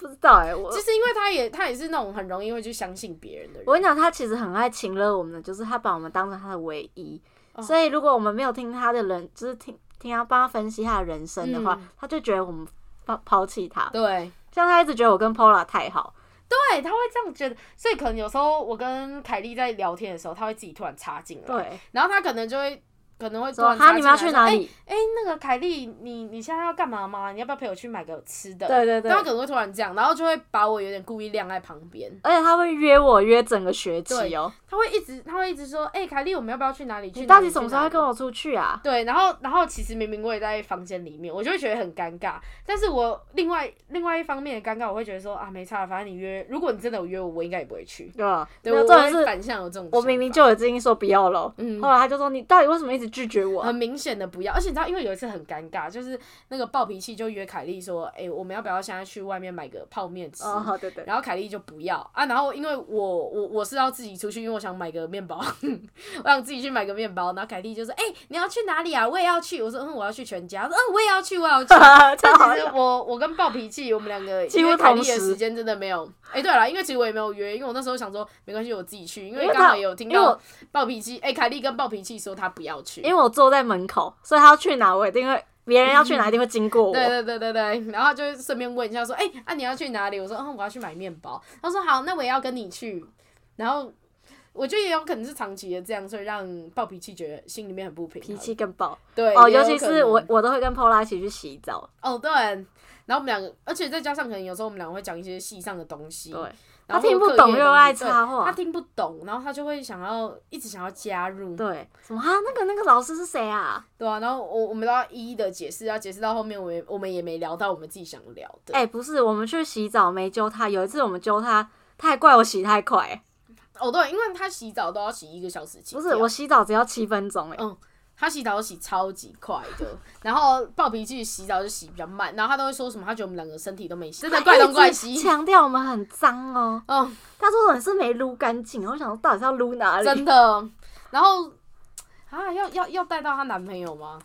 Speaker 1: 不知道哎、我
Speaker 2: 其实因为他也他也是那种很容易会去相信别人的人，
Speaker 1: 我跟你讲，他其实很爱情勒我们的，就是他把我们当成他的唯一。
Speaker 2: 哦
Speaker 1: 所以如果我们没有听他的人，就是听听他帮他分析他的人生的话，
Speaker 2: 嗯
Speaker 1: 他就觉得我们抛抛弃他。
Speaker 2: 对
Speaker 1: 像他一直觉得我跟 Pola 太好，
Speaker 2: 对，他会这样觉得，所以可能有时候我跟凯莉在聊天的时候，他会自己突然插进来，
Speaker 1: 对，
Speaker 2: 然后他可能就会可能会突
Speaker 1: 说
Speaker 2: 然
Speaker 1: 哈
Speaker 2: 插
Speaker 1: 你
Speaker 2: 进
Speaker 1: 们要
Speaker 2: 来
Speaker 1: 去
Speaker 2: 说
Speaker 1: 哪
Speaker 2: 哎
Speaker 1: 里？
Speaker 2: 哎、那个凯莉，你你现在要干嘛吗？你要不要陪我去买个吃的？
Speaker 1: 对对对
Speaker 2: 他可能会突然这样，然后就会把我有点故意晾在旁边。
Speaker 1: 而且他会约我约整个学期
Speaker 2: 对
Speaker 1: 哦、
Speaker 2: 他会一直，他会一直说，哎、凯莉，我们要不要去哪里？去
Speaker 1: 你到底
Speaker 2: 哪里
Speaker 1: 什么时候
Speaker 2: 去哪
Speaker 1: 要
Speaker 2: 里
Speaker 1: 跟我出去啊？
Speaker 2: 对，然后然后其实明明我也在房间里面，我就会觉得很尴尬。但是我另外另外一方面的尴尬，我会觉得说啊，没差，反正你约，如果你真的有约我，我应该也不会去。
Speaker 1: 对吧？
Speaker 2: 对，
Speaker 1: 没有
Speaker 2: 我
Speaker 1: 重
Speaker 2: 我
Speaker 1: 点
Speaker 2: 会
Speaker 1: 是
Speaker 2: 反向有这种想法，
Speaker 1: 我明明就已经说不要了，
Speaker 2: 嗯
Speaker 1: 后来他就说你到底为什么一直拒绝我啊？
Speaker 2: 很明显的不要，而且你知道，因为有一次很尴尬，就是那个暴脾气就约凯莉说，哎、我们要不要现在去外面买个泡面吃？
Speaker 1: 哦，对对，
Speaker 2: 然后凯 莉就不要啊，然后因为我我我是要自己出去，因为我想买个面包， 我想自己去买个面包。然后凯莉就说：“哎、你要去哪里啊？我也要去。”我说：“嗯，我要去全家。”她说：“嗯，我也要去，我也要去。”
Speaker 1: 超好
Speaker 2: 但其实
Speaker 1: 笑。
Speaker 2: 我我跟暴脾气，我们两个
Speaker 1: 几乎
Speaker 2: 因为凯莉
Speaker 1: 同
Speaker 2: 的
Speaker 1: 时
Speaker 2: 时间真的没有。哎、对了，因为其实我也没有约，因为我那时候想说没关系，我自己去，因为
Speaker 1: 因为
Speaker 2: 刚
Speaker 1: 他
Speaker 2: 好也有听
Speaker 1: 因为
Speaker 2: 到
Speaker 1: 我
Speaker 2: 暴脾气。哎、凯莉跟暴脾气说她不要去，
Speaker 1: 因为我坐在门口，所以他要去哪我一定会，别人要去哪一定会经过我。
Speaker 2: 对对对对对，然后就顺便问一下说，哎、啊你要去哪里？我说，嗯，我要去买面包。他说好，那我也要跟你去。然后我觉得也有可能是长期的这样，所以让暴脾气觉得心里面很不平衡
Speaker 1: 脾气更爆
Speaker 2: 对
Speaker 1: 哦，
Speaker 2: 也有
Speaker 1: 尤其
Speaker 2: 可
Speaker 1: 是我
Speaker 2: 能
Speaker 1: 我都会跟 Pola 一起去洗澡，
Speaker 2: 哦对，然后我们两个，而且再加上可能有时候我们两个会讲一些戏上的东西，
Speaker 1: 对，
Speaker 2: 然
Speaker 1: 他
Speaker 2: 后
Speaker 1: 听不
Speaker 2: 课业
Speaker 1: 懂
Speaker 2: 的
Speaker 1: 又
Speaker 2: 东西
Speaker 1: 爱
Speaker 2: 对
Speaker 1: 插话
Speaker 2: 他听不懂，然后他就会想要一直想要加入，
Speaker 1: 对，什么啊那个那个老师是谁啊？
Speaker 2: 对啊，然后我我们都要一一的解释，要解释到后面，我们我们也没聊到我们自己想聊的。
Speaker 1: 哎、不是，我们去洗澡没揪他，有一次我们揪他，他还怪我洗太快、
Speaker 2: 哦，对，因为他洗澡都要洗啊一个小时起
Speaker 1: 不
Speaker 2: 跳，
Speaker 1: 是我洗澡只要七分钟哎、
Speaker 2: 嗯他洗澡都洗超级快的，然后暴脾气洗澡就洗比较慢，然后他都会说什么，他觉得我们两个身体都没洗，真 的
Speaker 1: 他
Speaker 2: 怪
Speaker 1: 一
Speaker 2: 东怪
Speaker 1: 直
Speaker 2: 西。
Speaker 1: 强调我们很脏哦。
Speaker 2: 哦，
Speaker 1: 他说你是没撸干净，我想说到底是要撸哪里？
Speaker 2: 真的。然后啊，要要要带到她男朋友吗？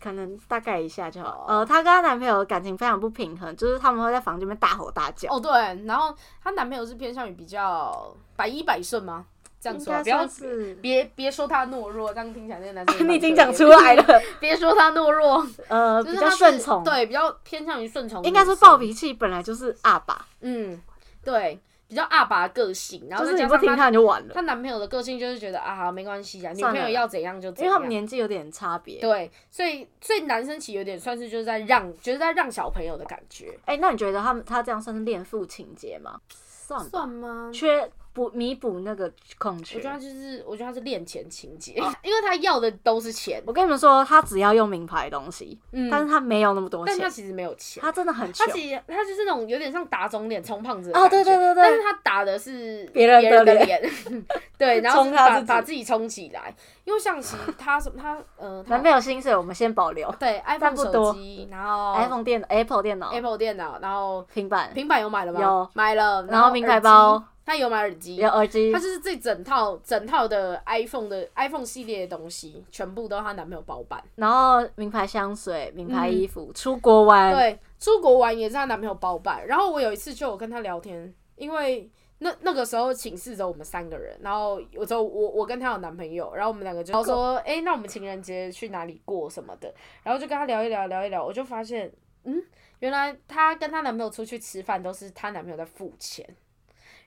Speaker 1: 可能大概一下就好
Speaker 2: 哦。
Speaker 1: 呃，她跟她男朋友的感情非常不平衡，就是他们会在房间里面大吼大叫。
Speaker 2: 哦，对，然后她男朋友是偏向于比较百依百顺吗？这样
Speaker 1: 应
Speaker 2: 说啊，
Speaker 1: 该
Speaker 2: 不要
Speaker 1: 算是。
Speaker 2: 别别说他懦弱，这样听起来那个 男生
Speaker 1: 啊你已经讲出来了，，
Speaker 2: 别说他懦弱，
Speaker 1: 呃，
Speaker 2: 就是
Speaker 1: 比
Speaker 2: 他
Speaker 1: 较
Speaker 2: 是
Speaker 1: 顺从，，
Speaker 2: 对，比较偏向于顺从的
Speaker 1: 应
Speaker 2: 女
Speaker 1: 该
Speaker 2: 生，
Speaker 1: 说暴脾气本来就是阿爸，
Speaker 2: 嗯，对，比较阿爸个性，然后
Speaker 1: 就
Speaker 2: 再
Speaker 1: 是你不
Speaker 2: 加上
Speaker 1: 听
Speaker 2: 她
Speaker 1: 他你就完了，
Speaker 2: 她男朋友的个性就是觉得啊，没关系啊，女
Speaker 1: 算
Speaker 2: 朋
Speaker 1: 了
Speaker 2: 友要怎样就
Speaker 1: 因
Speaker 2: 怎
Speaker 1: 为他们
Speaker 2: 样。
Speaker 1: 年纪有点差别。
Speaker 2: 对，所以所以男生其实有点算是就是在让，就是在让小朋友的感觉，
Speaker 1: 哎、那你觉得他们他这样算是恋父情节吗？算吧，
Speaker 2: 算吗？
Speaker 1: 缺补弥补那个空
Speaker 2: 我觉得
Speaker 1: 缺
Speaker 2: 他。就是，我觉得他是恋钱情节，
Speaker 1: 哦
Speaker 2: 因为他要的都是钱，
Speaker 1: 我跟你们说，他只要用名牌的东西，
Speaker 2: 嗯，
Speaker 1: 但是他没有那么多
Speaker 2: 但他
Speaker 1: 钱，
Speaker 2: 其实没有钱，
Speaker 1: 他真的很
Speaker 2: 他
Speaker 1: 穷。
Speaker 2: 其实他就是那种有点像打肿脸充胖子的
Speaker 1: 啊
Speaker 2: 感觉
Speaker 1: 对对对对
Speaker 2: 但是他打的是
Speaker 1: 别人的
Speaker 2: 的脸， 对，然后
Speaker 1: 冲
Speaker 2: 是
Speaker 1: 他
Speaker 2: 把
Speaker 1: 自己
Speaker 2: 把自己充起来，因为像其实他什么他呃
Speaker 1: 男
Speaker 2: 他
Speaker 1: 朋友薪水我们先保留
Speaker 2: 对
Speaker 1: 但
Speaker 2: iPhone
Speaker 1: 不多
Speaker 2: 手机，然后
Speaker 1: ，iPhone 电 Apple 电脑、
Speaker 2: Apple 电脑，然后
Speaker 1: 平板，
Speaker 2: 平板有买了吗？
Speaker 1: 有，
Speaker 2: 买了。
Speaker 1: 然后名牌
Speaker 2: 耳
Speaker 1: 包
Speaker 2: 机，他有买耳机
Speaker 1: 有，耳机
Speaker 2: 他，就是这整套整套的 iPhone 的 iPhone 系列的东西，全部都是她男朋友包办。
Speaker 1: 然后名牌香水、名牌
Speaker 2: 嗯
Speaker 1: 衣服，出国玩，
Speaker 2: 对，出国玩也是她男朋友包办。然后我有一次就有跟她聊天，因为那那个时候寝室只有我们三个人，然后我就我我跟她有男朋友，然后我们两个就说，哎、那我们情人节去哪里过什么的，然后就跟她聊一聊聊一聊，我就发现，嗯，原来她跟她男朋友出去吃饭都是她男朋友在付钱。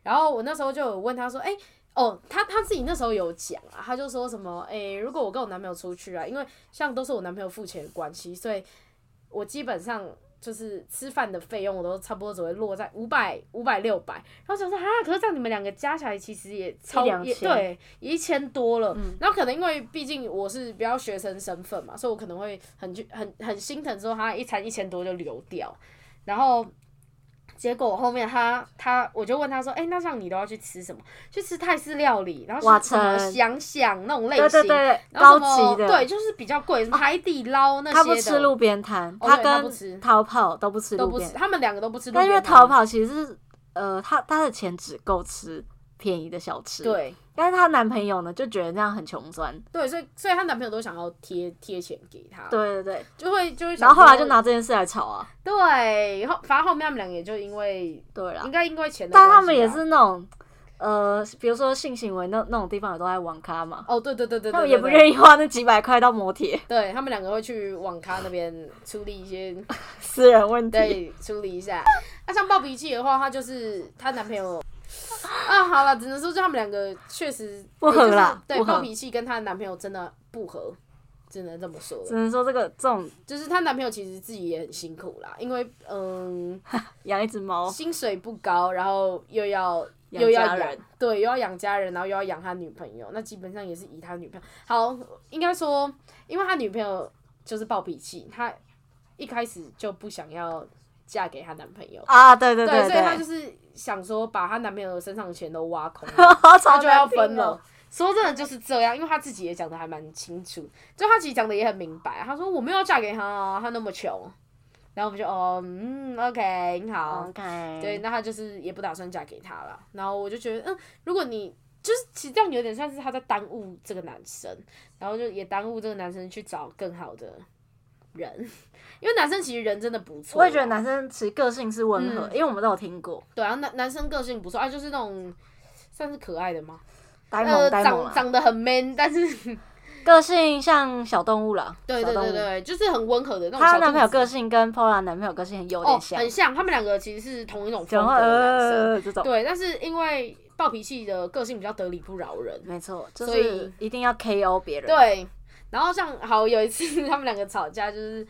Speaker 2: 然后我那时候就有问她说，哎、哦，她她自己那时候有讲啊，她就说什么，哎、如果我跟我男朋友出去啊，因为像都是我男朋友付钱的关系，所以我基本上就是吃饭的费用，我都差不多只会落在五百、五百、六百。然后想说啊，可是这样你们两个加起来其实也超
Speaker 1: 一两
Speaker 2: 也
Speaker 1: 千嗯
Speaker 2: 对，也一千多了。然后可能因为毕竟我是比较学生身份嘛，所以我可能会很去很很心疼，说他一餐一千多就流掉。然后结果我后面他他我就问他说，哎、那像你都要去吃什么？去吃泰式料理，然后
Speaker 1: 瓦
Speaker 2: 是什么
Speaker 1: 城
Speaker 2: 想想那种类
Speaker 1: 对
Speaker 2: 型。
Speaker 1: 对对，
Speaker 2: 然后
Speaker 1: 高
Speaker 2: 什么
Speaker 1: 级的，哦
Speaker 2: 对，，就是比较贵，什么海底捞那些的。
Speaker 1: 他不吃路边摊，
Speaker 2: 哦对他不
Speaker 1: 跟
Speaker 2: 吃
Speaker 1: 逃跑都不吃
Speaker 2: 都
Speaker 1: 路
Speaker 2: 不吃，
Speaker 1: 边，
Speaker 2: 他们两个都不吃路
Speaker 1: 但
Speaker 2: 边
Speaker 1: 因为
Speaker 2: 摊。
Speaker 1: 逃跑其实是呃，他他的钱只够吃便宜的小吃，，
Speaker 2: 对
Speaker 1: 但是她男朋友呢就觉得那样很穷酸，
Speaker 2: 对，所以所以她男朋友都想要贴贴钱给她，，
Speaker 1: 对对对，
Speaker 2: 就会就会想
Speaker 1: 然后后来就
Speaker 2: 说
Speaker 1: 拿这件事来吵啊，
Speaker 2: 对，后反正后面他们两个也就因为
Speaker 1: 对啦
Speaker 2: 应，该因为钱的
Speaker 1: 但
Speaker 2: 关系吧，
Speaker 1: 他们也是那种呃，比如说性行为那那种地方也都在网咖嘛，
Speaker 2: 哦，对对对对，
Speaker 1: 他们
Speaker 2: 对
Speaker 1: 也不
Speaker 2: 对
Speaker 1: 愿意花那几百块到摩铁
Speaker 2: 对他们两个会去网咖那边处理一些，
Speaker 1: 私人问题。
Speaker 2: 对，处理一下。 那、像暴脾气的话，她就是她男朋友啊，好了，只能说就他们两个确实
Speaker 1: 不合啦
Speaker 2: 就是
Speaker 1: 不
Speaker 2: 对，
Speaker 1: 合
Speaker 2: 暴脾气跟她男朋友真的不合，只能这么说
Speaker 1: 只
Speaker 2: 了。
Speaker 1: 能说这个这种
Speaker 2: 就是她男朋友其实自己也很辛苦啦，因为嗯，
Speaker 1: 养一只猫，
Speaker 2: 薪水不高，然后又要
Speaker 1: 哦养
Speaker 2: 又
Speaker 1: 家
Speaker 2: 要养
Speaker 1: 人，
Speaker 2: 对，又要养家人，然后又要养他女朋友，那基本上也是以他女朋友。好，应该说，因为他女朋友就是暴脾气，他一开始就不想要嫁给她男朋友，
Speaker 1: 啊，对对
Speaker 2: 所以她就
Speaker 1: 对，
Speaker 2: 是想说把她男朋友身上的钱都挖空 了，
Speaker 1: 他
Speaker 2: 她就要分了。
Speaker 1: 哦
Speaker 2: 说真的就是这样，因为她自己也讲的还蛮清楚，就她其实讲的也很明白，她说我没有要嫁给他啊，他那么穷，然后我们就哦，嗯，OK，好，
Speaker 1: OK，
Speaker 2: 对，，那她就是也不打算嫁给他了。然后我就觉得，嗯，如果你就是其实这样有点像是她在耽误这个男生，然后就也耽误这个男生去找更好的人， 因为男生其实人真的不错啦，
Speaker 1: 我也觉得男生其实个性是温和，因为我们都有听过
Speaker 2: 对啊，男男生个性不错啊，就是那种算是可爱的嘛，
Speaker 1: 呆
Speaker 2: 呃，
Speaker 1: 萌呆萌
Speaker 2: 长
Speaker 1: 啦，
Speaker 2: 长得很 man，但是
Speaker 1: 个性像小动物啦，
Speaker 2: 对
Speaker 1: 小
Speaker 2: 对
Speaker 1: 动
Speaker 2: 对
Speaker 1: 物。
Speaker 2: 对，就是很温和的那种小兔子。
Speaker 1: 她男朋友个性跟 Pola 男朋友个性有
Speaker 2: 哦
Speaker 1: 点像
Speaker 2: 很，像，他们两个其实是同一种风
Speaker 1: 讲话
Speaker 2: 格的男生，
Speaker 1: 呃这种，
Speaker 2: 对，但是因为暴脾气的个性比较得理不饶人，
Speaker 1: 没错，就
Speaker 2: 所以
Speaker 1: 是一定要 KO 别人。
Speaker 2: 对，然后像好有一次 他们两个吵架，就是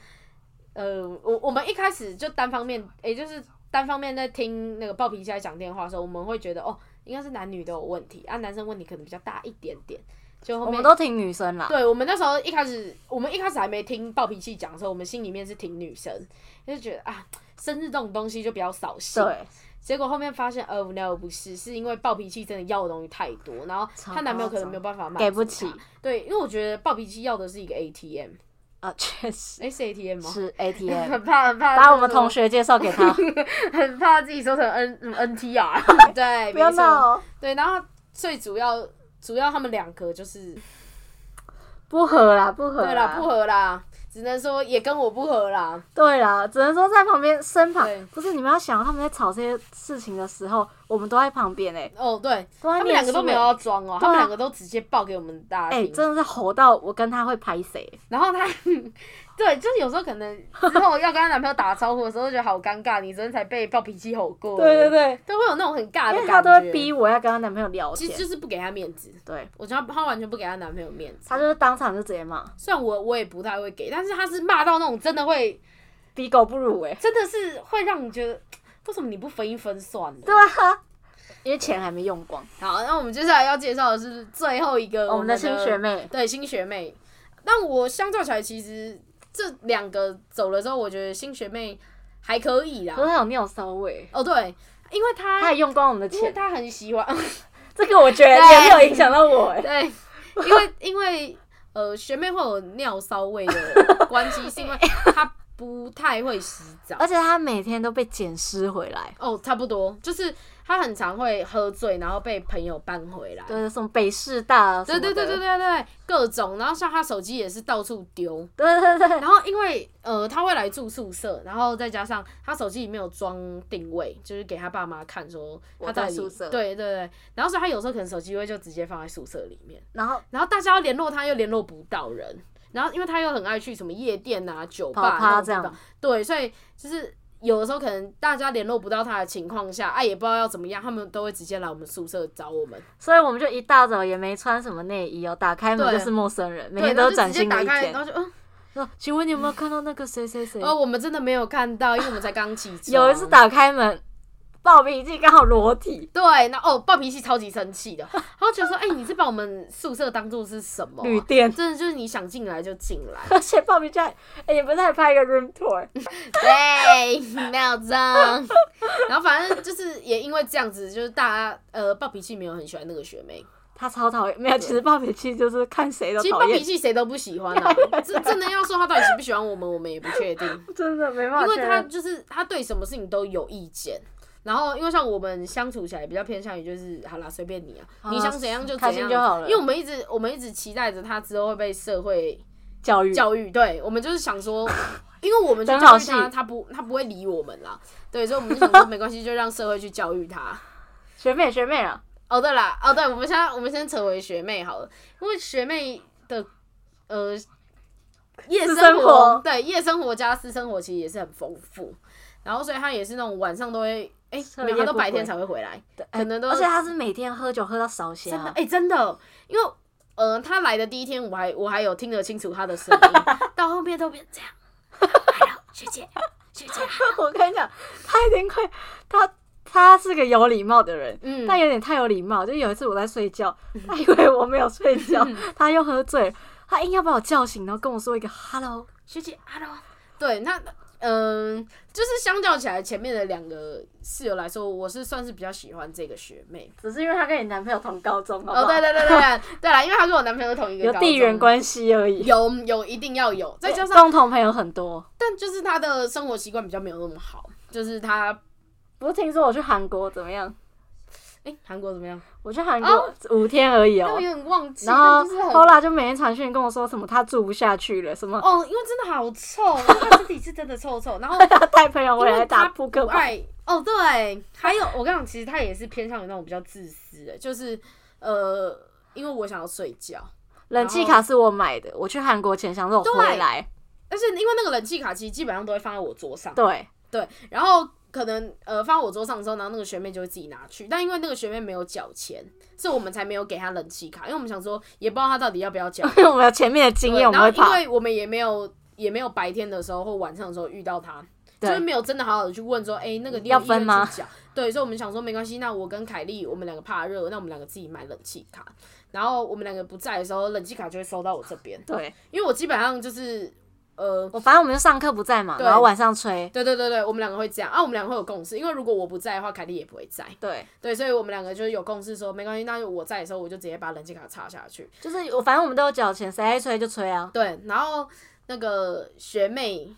Speaker 2: 呃，我我们一开始就单方面，也、就是单方面在听那个暴脾气在讲电话的时候，我们会觉得哦，应该是男女都有问题啊，男生问题可能比较大一点点，就后
Speaker 1: 我
Speaker 2: 面
Speaker 1: 们都挺女生啦，
Speaker 2: 对，我们那时候一开始，我们一开始还没听暴脾气讲的时候，我们心里面是挺女生，就觉得啊，生日这种东西就比较扫兴。
Speaker 1: 对，
Speaker 2: 结果后面发现，哦，no，不是，是因为暴脾气真的要的东西太多，然后
Speaker 1: 超
Speaker 2: 她男朋
Speaker 1: 夸
Speaker 2: 友可能
Speaker 1: 张
Speaker 2: 没有办法买，
Speaker 1: 给不起。
Speaker 2: 对，因为我觉得暴脾气要的是一个 ATM，
Speaker 1: 啊， 确实
Speaker 2: 哎、是 ATM 吗？
Speaker 1: 是 ATM，
Speaker 2: 很怕，很怕
Speaker 1: 把我们
Speaker 2: 那个
Speaker 1: 同学介绍给 他，
Speaker 2: 很怕自己说成 N 嗯 NTR，对，
Speaker 1: 不要
Speaker 2: 没错，
Speaker 1: 闹哦，
Speaker 2: 对，然后最主要主要他们两个就是
Speaker 1: 不合啦，不合
Speaker 2: 对啦，不
Speaker 1: 啦，
Speaker 2: 合啦，只能说也跟我不合啦，
Speaker 1: 对啦，只能说在旁边身旁
Speaker 2: 对，
Speaker 1: 不是你们要想他们在吵这些事情的时候，我们都在旁边哎，
Speaker 2: 哦，对，
Speaker 1: 都在
Speaker 2: 他们
Speaker 1: 念
Speaker 2: 两
Speaker 1: 书
Speaker 2: 个都没有
Speaker 1: 欸
Speaker 2: 要装哦、他们两个都直接报给我们大家
Speaker 1: 哎，
Speaker 2: 听，
Speaker 1: 真的是吼到我跟他会拍谁，
Speaker 2: 然后她，对，就是有时候可能之后要跟她男朋友打招呼的时候，就觉得好尴尬，你昨天才被暴脾气吼过，
Speaker 1: 对对，对，
Speaker 2: 都会有那种很尬
Speaker 1: 因
Speaker 2: 的感
Speaker 1: 为
Speaker 2: 觉，
Speaker 1: 他都会逼，我要跟她男朋友聊
Speaker 2: 其实
Speaker 1: 天，
Speaker 2: 就是不给她面子。
Speaker 1: 对，
Speaker 2: 我觉得她完全不给她男朋友面子。
Speaker 1: 他就是当场就直接骂，
Speaker 2: 虽然我我也不太会给，但是她是骂到那种真的会，
Speaker 1: 比狗不如哎，
Speaker 2: 真的是会让你觉得，为什么你不分一分算了？
Speaker 1: 对啊，因为钱还没用光，
Speaker 2: 好，那我们接下来要介绍的是最后一个
Speaker 1: 哦我们的新学，妹，
Speaker 2: 对新学妹。但我相较起来，其实这两个走了之后，我觉得新学妹还可以
Speaker 1: 可是
Speaker 2: 啦。
Speaker 1: 她有尿骚味，
Speaker 2: 哦，对，因为她
Speaker 1: 她也用光我们的
Speaker 2: 因为
Speaker 1: 钱，
Speaker 2: 他很喜欢，
Speaker 1: 这个我觉得也没有影响到我哎。
Speaker 2: 对，因为因为呃学妹会有尿骚味的关系，是因为她不太会洗澡
Speaker 1: 而，且他每天都被捡尸回来，
Speaker 2: 哦，差不多，就是她很常会喝醉，然后被朋友搬回来，
Speaker 1: 对，什么北师大，
Speaker 2: 对对对对
Speaker 1: 对
Speaker 2: 对对，各种，然后像她手机也是到处丢，
Speaker 1: 对对对，
Speaker 2: 然后因为呃，他会来住宿舍，然后再加上他手机里面有装定位，就是给他爸妈看说
Speaker 1: 我
Speaker 2: 他到
Speaker 1: 在
Speaker 2: 底
Speaker 1: 宿舍
Speaker 2: 对对对，然后所以他有时候可能手机会就直接放在宿舍里面，
Speaker 1: 然后
Speaker 2: 然后大家要联络他又联络不到人，然后因为他又很爱去什么夜店啊、酒吧
Speaker 1: 跑趴
Speaker 2: 那种地
Speaker 1: 这样
Speaker 2: 方对，所以就是有的时候可能大家联络不到他的情况下，哎、也不知道要怎么样，他们都会直接来我们宿舍找我们，
Speaker 1: 所以我们就一大早也没穿什么内衣哦，打开门
Speaker 2: 对
Speaker 1: 就是陌生人，每
Speaker 2: 对，
Speaker 1: 天
Speaker 2: 然
Speaker 1: 都
Speaker 2: 后
Speaker 1: 是
Speaker 2: 就
Speaker 1: 崭
Speaker 2: 直接
Speaker 1: 新的
Speaker 2: 打
Speaker 1: 一
Speaker 2: 开，然
Speaker 1: 天。
Speaker 2: 后就嗯，
Speaker 1: 说请问你有没有看到那个谁谁谁？
Speaker 2: 哦，我们真的没有看到，因为我们才刚起 床，
Speaker 1: 有一次打开
Speaker 2: 哦
Speaker 1: 门，暴脾气刚好裸体，
Speaker 2: 对，那哦，暴脾气超级生气的，然后觉得说，哎、你是把我们宿舍当做是什么啊、
Speaker 1: 旅店，
Speaker 2: 真的就是你想进来就进来，
Speaker 1: 而且暴脾气还，哎，你不是还拍一个 room tour？
Speaker 2: 对，没有这样。然后反正就是也因为这样子，就是大家呃暴脾气没有很喜欢那个学妹，
Speaker 1: 他超讨厌，没有，其实暴脾气就是看谁都
Speaker 2: 其实
Speaker 1: 讨
Speaker 2: 暴脾
Speaker 1: 厌，
Speaker 2: 气谁都不喜欢啊。真真的要说她到底喜不喜欢我们，我们也不确定，
Speaker 1: 真的没办法
Speaker 2: 因为
Speaker 1: 确
Speaker 2: 她
Speaker 1: 认。
Speaker 2: 就是她对什么事情都有意见。然后，因为像我们相处起来比较偏向于就是，好啦，随便你啊，
Speaker 1: 啊
Speaker 2: 你想怎样就
Speaker 1: 开
Speaker 2: 怎
Speaker 1: 心
Speaker 2: 样
Speaker 1: 就好了
Speaker 2: 因为我们一直我们一直期待着她之后会被社会
Speaker 1: 教育，
Speaker 2: 教育，对我们就是 想说，因为我们去
Speaker 1: 真
Speaker 2: 教
Speaker 1: 好
Speaker 2: 育
Speaker 1: 戏
Speaker 2: 他，他不他不 会理我们啦，对，所以我们就想说没关系，就让社会去教育他。
Speaker 1: 学妹学妹啊，
Speaker 2: 哦对啦，哦对，我们现在我们先扯回学妹好了，因为学妹的呃夜
Speaker 1: 私
Speaker 2: 生
Speaker 1: 生活
Speaker 2: 对夜生活加私生活其实也是很丰富，然后所以她也是那种晚上都会，哎、
Speaker 1: 彻
Speaker 2: 没有
Speaker 1: 夜
Speaker 2: 她都
Speaker 1: 不
Speaker 2: 白天
Speaker 1: 归
Speaker 2: 才会回来，
Speaker 1: 哎
Speaker 2: 可能都
Speaker 1: 而且他是每天喝酒喝到啊烧
Speaker 2: 真的，
Speaker 1: 瞎
Speaker 2: 哎、，真的，因为呃，他来的第一天，我还我还有听得清楚他的声音， 到后面都变这样。Hello，学姐，学姐，
Speaker 1: 我跟你讲，他一定会，他他是个有礼貌的人，
Speaker 2: 嗯，
Speaker 1: 但有点太有礼貌。就有一次我在睡觉，他以为我没有睡觉，他又喝醉了，他硬要把我叫醒，然后跟我说一个 “hello”，
Speaker 2: 学姐，Hello，对，那嗯、就是相较起来，前面的两个室友来说，我是算是比较喜欢这个学妹。
Speaker 1: 只是因为他跟你男朋友同高中，
Speaker 2: 哦，对对对对对，对啦，因为她跟我男朋友是同一个
Speaker 1: 有
Speaker 2: 高
Speaker 1: 地缘
Speaker 2: 中，
Speaker 1: 关系而已。
Speaker 2: 有有一定要有，再加上，
Speaker 1: 共同朋友很多，
Speaker 2: 但就是她的生活习惯比较没有那么好，就是她，
Speaker 1: 不是听说我去韩国怎么样？
Speaker 2: 哎、韩国怎么样？
Speaker 1: 我去韩国五天而已
Speaker 2: 但
Speaker 1: 哦
Speaker 2: 我。有点忘记，
Speaker 1: 然后
Speaker 2: 但就是很
Speaker 1: Hola 就每天传讯跟我说什么他住不下去了，什么
Speaker 2: 哦，因为真的好臭，他身体是真的臭臭。 然后
Speaker 1: 他带朋友
Speaker 2: 因
Speaker 1: 回来
Speaker 2: 为
Speaker 1: 打
Speaker 2: 他
Speaker 1: 扑
Speaker 2: 不
Speaker 1: 克牌，
Speaker 2: 爱哦，对，还有我跟你讲，其实他也是偏向于那种比较自私的，就是呃，因为我想要睡觉，
Speaker 1: 冷气
Speaker 2: 然后
Speaker 1: 卡是我买的，我去韩国前想说我回
Speaker 2: 对
Speaker 1: 来，
Speaker 2: 但是因为那个冷气卡其实基本上都会放在我桌上，
Speaker 1: 对，
Speaker 2: 对，然后可能呃放在我桌上之后，然后那个学妹就会自己拿去，但因为那个学妹没有缴钱，所以我们才没有给她冷气卡，因为我们想说也不知道她到底要不要 缴，
Speaker 1: 因为我们有前面的经
Speaker 2: 对
Speaker 1: 验，我
Speaker 2: 然
Speaker 1: 们
Speaker 2: 后
Speaker 1: 会
Speaker 2: 因
Speaker 1: 怕。
Speaker 2: 为我们也没有也没有白天的时候或晚上的时候遇到他，
Speaker 1: 对
Speaker 2: 就是没有真的好好的去问说，哎、那个你
Speaker 1: 要
Speaker 2: 有意
Speaker 1: 分
Speaker 2: 愿
Speaker 1: 吗
Speaker 2: 去缴？对，所以我们想说没关系，那我跟凯莉我们两个怕热，那我们两个自己买冷气卡。然后我们两个不在的时候，冷气卡就会收到我这边，
Speaker 1: 对，
Speaker 2: 因为我基本上就是呃。
Speaker 1: 我反正我们就上课不在嘛，
Speaker 2: 对
Speaker 1: 然后晚上吹，
Speaker 2: 对对对对，我们两个会这样啊，我们两个会有共识，因为如果我不在的话，凯莉也不会在，
Speaker 1: 对，
Speaker 2: 对，所以我们两个就是有共识说，没关系，那我在的时候，我就直接把冷气卡插下去，
Speaker 1: 就是我反正我们都有缴钱，谁爱吹就吹啊。
Speaker 2: 对，然后那个学妹，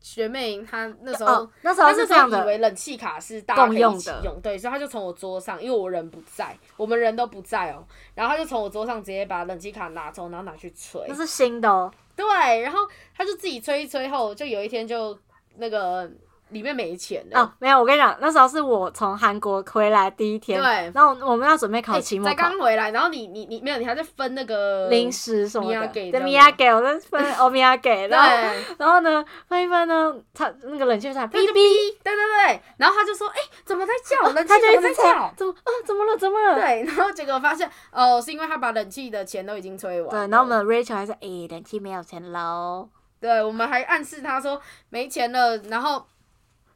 Speaker 2: 学妹她那时候，
Speaker 1: 哦，那时
Speaker 2: 她
Speaker 1: 候
Speaker 2: 那
Speaker 1: 是
Speaker 2: 时
Speaker 1: 这样
Speaker 2: 候以
Speaker 1: 的，
Speaker 2: 为冷气卡是大家可以
Speaker 1: 共用
Speaker 2: 一起
Speaker 1: 的
Speaker 2: 用，对，所以她就从我桌上，因为我人不在，我们人都不在哦、然后她就从我桌上直接把冷气卡拿走，然后拿去吹
Speaker 1: 那，是新的哦，
Speaker 2: 对，然后她就自己吹一吹后，就有一天就那个里面没钱了。
Speaker 1: 哦，没有，我跟你讲，那时候是我从韩国回来第一天，
Speaker 2: 对
Speaker 1: 然后我们要准备考
Speaker 2: 哎
Speaker 1: 期末
Speaker 2: 才
Speaker 1: 考，
Speaker 2: 刚回来，然后你你你没有，你还在分那个
Speaker 1: 零，食什么的，
Speaker 2: Miyagi
Speaker 1: 对
Speaker 2: 这样子
Speaker 1: 米亚给，我在分欧米亚给，
Speaker 2: 对，
Speaker 1: 然后然后呢，分一分呢，他那啊个冷气就在哔
Speaker 2: 哦哔哔
Speaker 1: 哔，，
Speaker 2: 对对对，然后他就说，哎、怎么在叫？冷气
Speaker 1: 他就一
Speaker 2: 怎么
Speaker 1: 直
Speaker 2: 在
Speaker 1: 在
Speaker 2: 叫？嗯
Speaker 1: 怎么啊？怎么了？怎么了？
Speaker 2: 对，然后结果发现哦，是因为他把冷气的钱都已经吹完。
Speaker 1: 对，然后我，们的 Rachel 还是诶、冷气没有钱喽，
Speaker 2: 对，我们还暗示他说没钱了，然后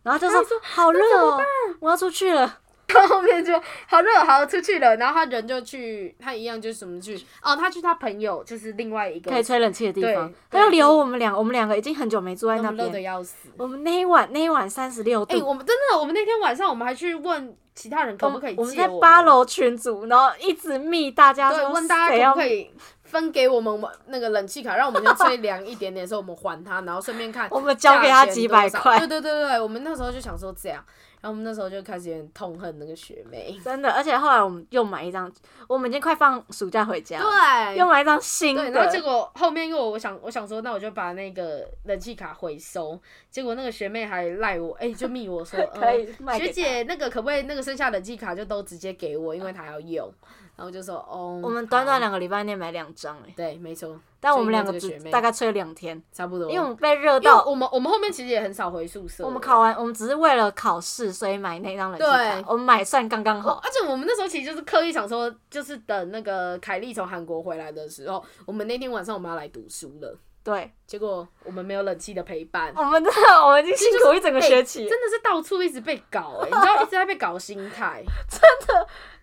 Speaker 1: 然后就说好热哦，我要出去了。
Speaker 2: 他 后面就好热，好出去了，然后他人就去，他一样就是什么去哦，他去他朋友就是另外一个
Speaker 1: 可以吹冷气的地方
Speaker 2: 对，
Speaker 1: 他
Speaker 2: 对
Speaker 1: 就留我们两，我们两个已经很久没住在
Speaker 2: 那
Speaker 1: 那
Speaker 2: 么热的
Speaker 1: 边。
Speaker 2: 要死。
Speaker 1: 我们那一晚，那一晚三十六
Speaker 2: 哎、
Speaker 1: 度，
Speaker 2: 我们真的，我们那天晚上我们还去问其他人可不可以借
Speaker 1: 我
Speaker 2: 我
Speaker 1: 们在八，楼群组，然后一直密大家
Speaker 2: 对，
Speaker 1: 说
Speaker 2: 问大
Speaker 1: 谁
Speaker 2: 家
Speaker 1: 要
Speaker 2: 可不可以分给我们我们那个冷气卡，让我们先吹凉一点点，时候我们还他，然后顺便看
Speaker 1: 我们交给他几百块
Speaker 2: 对对对对，我们那时候就想说这样，然后我们那时候就开始有点痛恨那个学 妹。
Speaker 1: 真的，而且后来我们又买一张，我们已经快放暑假回家了，
Speaker 2: 对
Speaker 1: 又。买一张新
Speaker 2: 对，然后结
Speaker 1: 的。
Speaker 2: 果后面因为我想我想说，那我就把那个冷气卡回收，结果那个学妹还赖我，哎、就密我说，
Speaker 1: 可以卖
Speaker 2: 呃、
Speaker 1: 给
Speaker 2: 学姐那个可不可以那个剩下冷气卡就都直接给我，因为她要用，然后就说哦，
Speaker 1: 我们短短
Speaker 2: 好
Speaker 1: 两个礼拜内买两张哎，
Speaker 2: 对，没错，
Speaker 1: 但我们两
Speaker 2: 就嗯因为这
Speaker 1: 只
Speaker 2: 学妹
Speaker 1: 大概吹了两天，
Speaker 2: 差不多，
Speaker 1: 因为我们被热
Speaker 2: 因为
Speaker 1: 到，
Speaker 2: 我们我们后面其实也很少回宿舍，
Speaker 1: 我们考完，我们只是为了考试，所以买那张冷气
Speaker 2: 对
Speaker 1: 卡，我们买算刚刚
Speaker 2: 哦
Speaker 1: 好。
Speaker 2: 而且我们那时候其实就是刻意想说，就是等那个凯莉从韩国回来的时候，我们那天晚上我们要来读书了。
Speaker 1: 对，
Speaker 2: 结果我们没有冷气的陪伴，
Speaker 1: 我们真的，我们已经辛苦一整个学期
Speaker 2: 真
Speaker 1: 了。
Speaker 2: 的是到处一直被搞哎、你知道一直在被搞心态。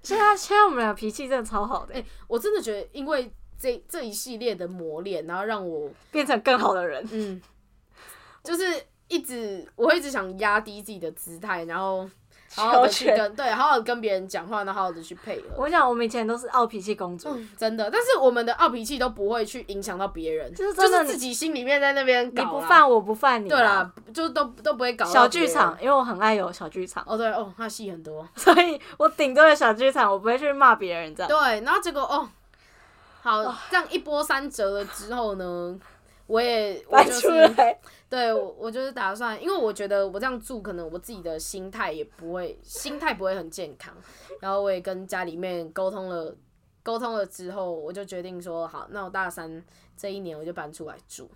Speaker 1: 现在现在我们俩脾气真的超好的
Speaker 2: 哎、，我真的觉得因为这这一系列的磨练，然后让我
Speaker 1: 变成更好的人。
Speaker 2: 嗯，就是一直我会一直想压低自己的姿态，然后好好的去
Speaker 1: 求全
Speaker 2: 跟对好好的跟别人讲话，然后好好的去配合。
Speaker 1: 我跟你讲，我们以前都是傲脾气公主，
Speaker 2: 嗯，真的，但是我们的傲脾气都不会去影响到别人，
Speaker 1: 就是
Speaker 2: 就
Speaker 1: 真的
Speaker 2: 是自己心里面在那边
Speaker 1: 你
Speaker 2: 搞啦
Speaker 1: 不犯我不犯你。啊
Speaker 2: 对啦，就都都不会搞到
Speaker 1: 小
Speaker 2: 别
Speaker 1: 剧
Speaker 2: 人
Speaker 1: 场，因为我很爱有小剧场，
Speaker 2: 哦，对哦，他戏很多，
Speaker 1: 所以我顶多有小剧场，我不会去骂别人这样。
Speaker 2: 对，然后结果哦，好，这样一波三折了之后呢，我也我
Speaker 1: 搬
Speaker 2: 就
Speaker 1: 出
Speaker 2: 是
Speaker 1: 来，
Speaker 2: 对我我就是打算，因为我觉得我这样住，可能我自己的心态也不会，心态不会很健康。然后我也跟家里面沟通了，沟通了之后，我就决定说，好，那我大三这一年我就搬出来住。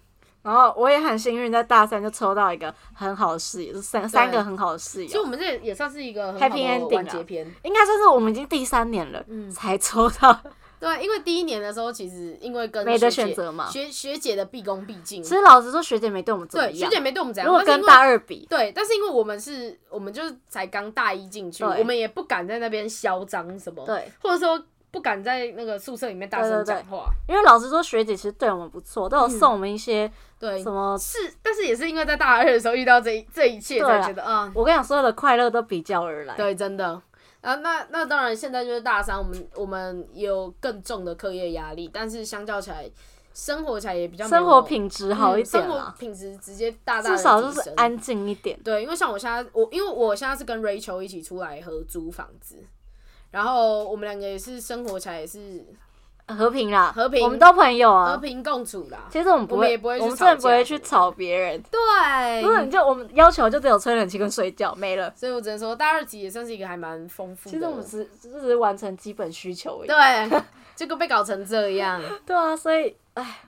Speaker 1: 然后我也很幸运，在大三就抽到一个很好的室友，就是三三个很好的室
Speaker 2: 其实
Speaker 1: 友
Speaker 2: 我，们这也算是一个很好
Speaker 1: Happy
Speaker 2: 的
Speaker 1: ending
Speaker 2: 完
Speaker 1: 啊
Speaker 2: 结篇。
Speaker 1: 应该算是我们已经第三年了，才抽到。
Speaker 2: 对，啊因为第一年的时候，其实因为跟
Speaker 1: 没得
Speaker 2: 学姐
Speaker 1: 选择嘛
Speaker 2: 学学姐的毕恭毕敬，
Speaker 1: 其实老实说，学姐没对我们怎么
Speaker 2: 对学
Speaker 1: 样，
Speaker 2: 姐没对我们怎样，
Speaker 1: 如果
Speaker 2: 但
Speaker 1: 跟
Speaker 2: 是因为
Speaker 1: 大二比，
Speaker 2: 对，但是因为我们是，我们就是才刚大一进去，
Speaker 1: 对
Speaker 2: 我们也不敢在那边嚣张什么，
Speaker 1: 对，
Speaker 2: 或者说不敢在那个宿舍里面大
Speaker 1: 对
Speaker 2: 声
Speaker 1: 对对
Speaker 2: 讲话，
Speaker 1: 因为老实说，学姐其实对我们不错，都有送我们一些
Speaker 2: 对
Speaker 1: 什么。
Speaker 2: 是，但是也是因为在大二的时候遇到这一这一切，
Speaker 1: 对啊
Speaker 2: 才觉得啊，
Speaker 1: 我跟你讲，所有的快乐都比较而来。
Speaker 2: 对，真的。啊，那那当然，现在就是大三，我们我们有更重的课业压力，但是相较起来，生活起来也比较没有
Speaker 1: 生活品质好一
Speaker 2: 嗯生
Speaker 1: 点
Speaker 2: 活
Speaker 1: 啦，
Speaker 2: 品质直接大大地
Speaker 1: 至少就
Speaker 2: 提
Speaker 1: 是
Speaker 2: 升
Speaker 1: 安静一点。
Speaker 2: 对，因为像我现在，我因为我现在是跟 Rachel 一起出来合租房子，然后我们两个也是生活起来也是
Speaker 1: 和平啦，
Speaker 2: 和平
Speaker 1: 我们都朋友
Speaker 2: 和
Speaker 1: 啊。
Speaker 2: 平共处啦。
Speaker 1: 其实我们不
Speaker 2: 我们也不会去
Speaker 1: 我们真的不会
Speaker 2: 吵架
Speaker 1: 去吵别人。
Speaker 2: 对
Speaker 1: 不，是，你就我们要求就只有吹冷气跟睡觉，没了。
Speaker 2: 所以我只能说大二级也算是一个还蛮丰富的。
Speaker 1: 其实我们只只是完成基本需求而已。
Speaker 2: 对， 结果被搞成这样。
Speaker 1: 对啊，所以唉，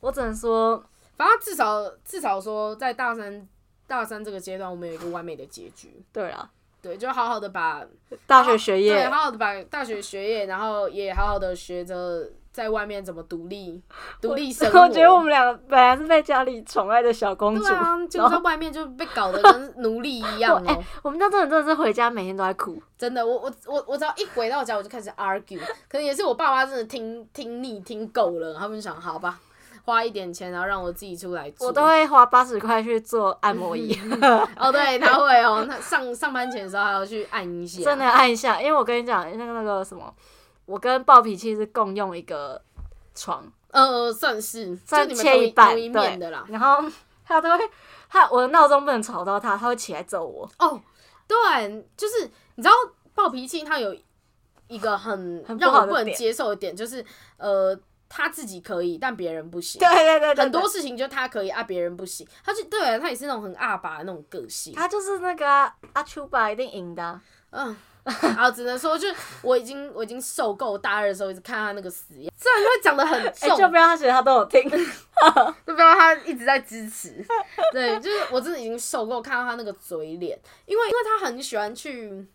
Speaker 1: 我只能说，
Speaker 2: 反正至少至少说在大三大三这个阶段，我们有一个完美的结局。
Speaker 1: 对啦，
Speaker 2: 对，就好好的把
Speaker 1: 大学学
Speaker 2: 对，
Speaker 1: 业
Speaker 2: 好好的把大学学业，然后也好好的学着在外面怎么 独立独立生活。
Speaker 1: 我觉得我们两个本来是被家里宠爱的小公主，
Speaker 2: 对啊，就
Speaker 1: 然
Speaker 2: 在
Speaker 1: 后
Speaker 2: 外面就被搞得跟奴隶一样哦、
Speaker 1: 我们哎家真的真的是回家每天都在哭，
Speaker 2: 真的，我我我我只要一回到家我就开始 argue，可 能也是我爸妈真的听听腻听够了，他们就想好吧，花一点钱然后让我自己出来住。
Speaker 1: 我都会花八十块去做按摩 椅，
Speaker 2: 哦，对，他会哦、那上上班前的时候还要去按一下，
Speaker 1: 真的按一下，因为我跟你讲，那个那个什么，我跟暴脾气是共用一个床，
Speaker 2: 呃，算是就
Speaker 1: 算
Speaker 2: 你们同
Speaker 1: 切
Speaker 2: 一
Speaker 1: 半，
Speaker 2: 同一面的啦
Speaker 1: 对，。然后 他都会，他我的闹钟不能吵到他，他会起来揍我。
Speaker 2: 哦，对，就是你知道暴脾气他有一个很
Speaker 1: 很不
Speaker 2: 让
Speaker 1: 好
Speaker 2: 我
Speaker 1: 的
Speaker 2: 不能
Speaker 1: 点
Speaker 2: 接受的点，就是呃他自己可以，但别人不 行。
Speaker 1: 对对对对，
Speaker 2: 很多事情就他可以啊，别人不行。他就对、他也是那种很阿爸的那种个性。
Speaker 1: 他就是那个啊阿丘吧，一定赢的啊、
Speaker 2: 嗯，啊，只能说就是我已经我已经受够大二的时候一直看他那个死样，虽然他讲的很
Speaker 1: 哎、
Speaker 2: 重，
Speaker 1: 就不要他觉得他都有 听，
Speaker 2: 就不知道他一直在支持。 对，就是我真的已经受够看到他那个嘴脸，因为因为他很喜欢去。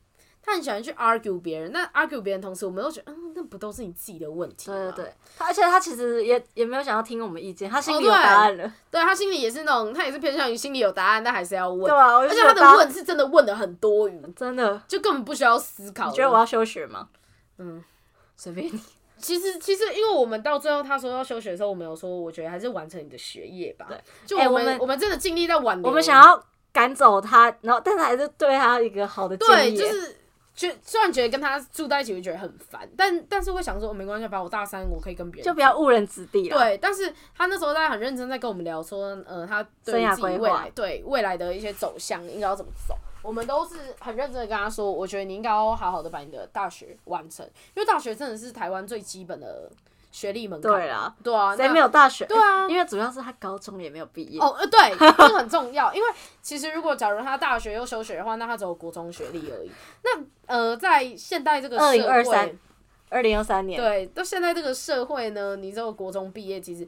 Speaker 2: 他很喜欢去 argue 别人，但 argue 别人的同时，我们都觉得，嗯，那不都是你自己的问题吗？
Speaker 1: 对对对，他而且他其实也也没有想要听我们意见，他心里
Speaker 2: 哦
Speaker 1: 有
Speaker 2: 对
Speaker 1: 答案了，
Speaker 2: 对他心里也是那种，他也是偏向于心里有答案，但还是要
Speaker 1: 对
Speaker 2: 问。
Speaker 1: 吧、我
Speaker 2: 而
Speaker 1: 就
Speaker 2: 且
Speaker 1: 觉
Speaker 2: 他
Speaker 1: 得
Speaker 2: 的问是真的问的很多余，
Speaker 1: 真的，
Speaker 2: 就根本不需要思考。
Speaker 1: 你觉得我要休学吗？
Speaker 2: 嗯，
Speaker 1: 随便你。
Speaker 2: 其实其实，因为我们到最后他说要休学的时候，我们有说，我觉得还是完成你的学业吧。
Speaker 1: 对，
Speaker 2: 就
Speaker 1: 哎
Speaker 2: 我们、
Speaker 1: 我们
Speaker 2: 我们真的尽力在挽留。
Speaker 1: 我们想要赶走他，然后但是还是对他一个好的建
Speaker 2: 对，
Speaker 1: 议。
Speaker 2: 就是觉虽然觉得跟他住在一起会觉得很烦，但但是会想说，哦，没关系，把我大三我可以跟别人
Speaker 1: 就不要误人子弟了。
Speaker 2: 对，但是他那时候在很认真在跟我们聊说，呃，他对于
Speaker 1: 生涯
Speaker 2: 自己
Speaker 1: 规
Speaker 2: 未
Speaker 1: 划
Speaker 2: 来对未来的一些走向应该要怎么走，我们都是很认真的跟他说，我觉得你应该要好好的把你的大学完成，因为大学真的是台湾最基本的学历门槛。
Speaker 1: 对啦，
Speaker 2: 对啊，
Speaker 1: 谁
Speaker 2: 那
Speaker 1: 没有大学？
Speaker 2: 对啊
Speaker 1: 因为主要是他高中也没有毕业。
Speaker 2: 哦，呃， 对，这个很重要，因为其实如果假如他大学又休学的话，那他只有国中学历而已。那呃，在现代这个社会，
Speaker 1: 2023二零二三年，
Speaker 2: 对，到现在这个社会呢，你只有国中毕业，其实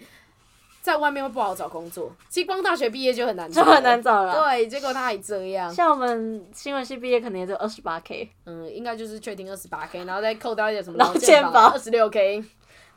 Speaker 2: 在外面会不好找工作，其实光大学毕业就很难，
Speaker 1: 就很难。找了。
Speaker 2: 对，啊结果他还这样，
Speaker 1: 像我们新闻系毕业，可能也就二十八 k，
Speaker 2: 嗯，应该就是确定二十八 k，然后再扣掉一点什么
Speaker 1: 劳
Speaker 2: 劳健
Speaker 1: 健
Speaker 2: 保
Speaker 1: 保
Speaker 2: 二十六 k，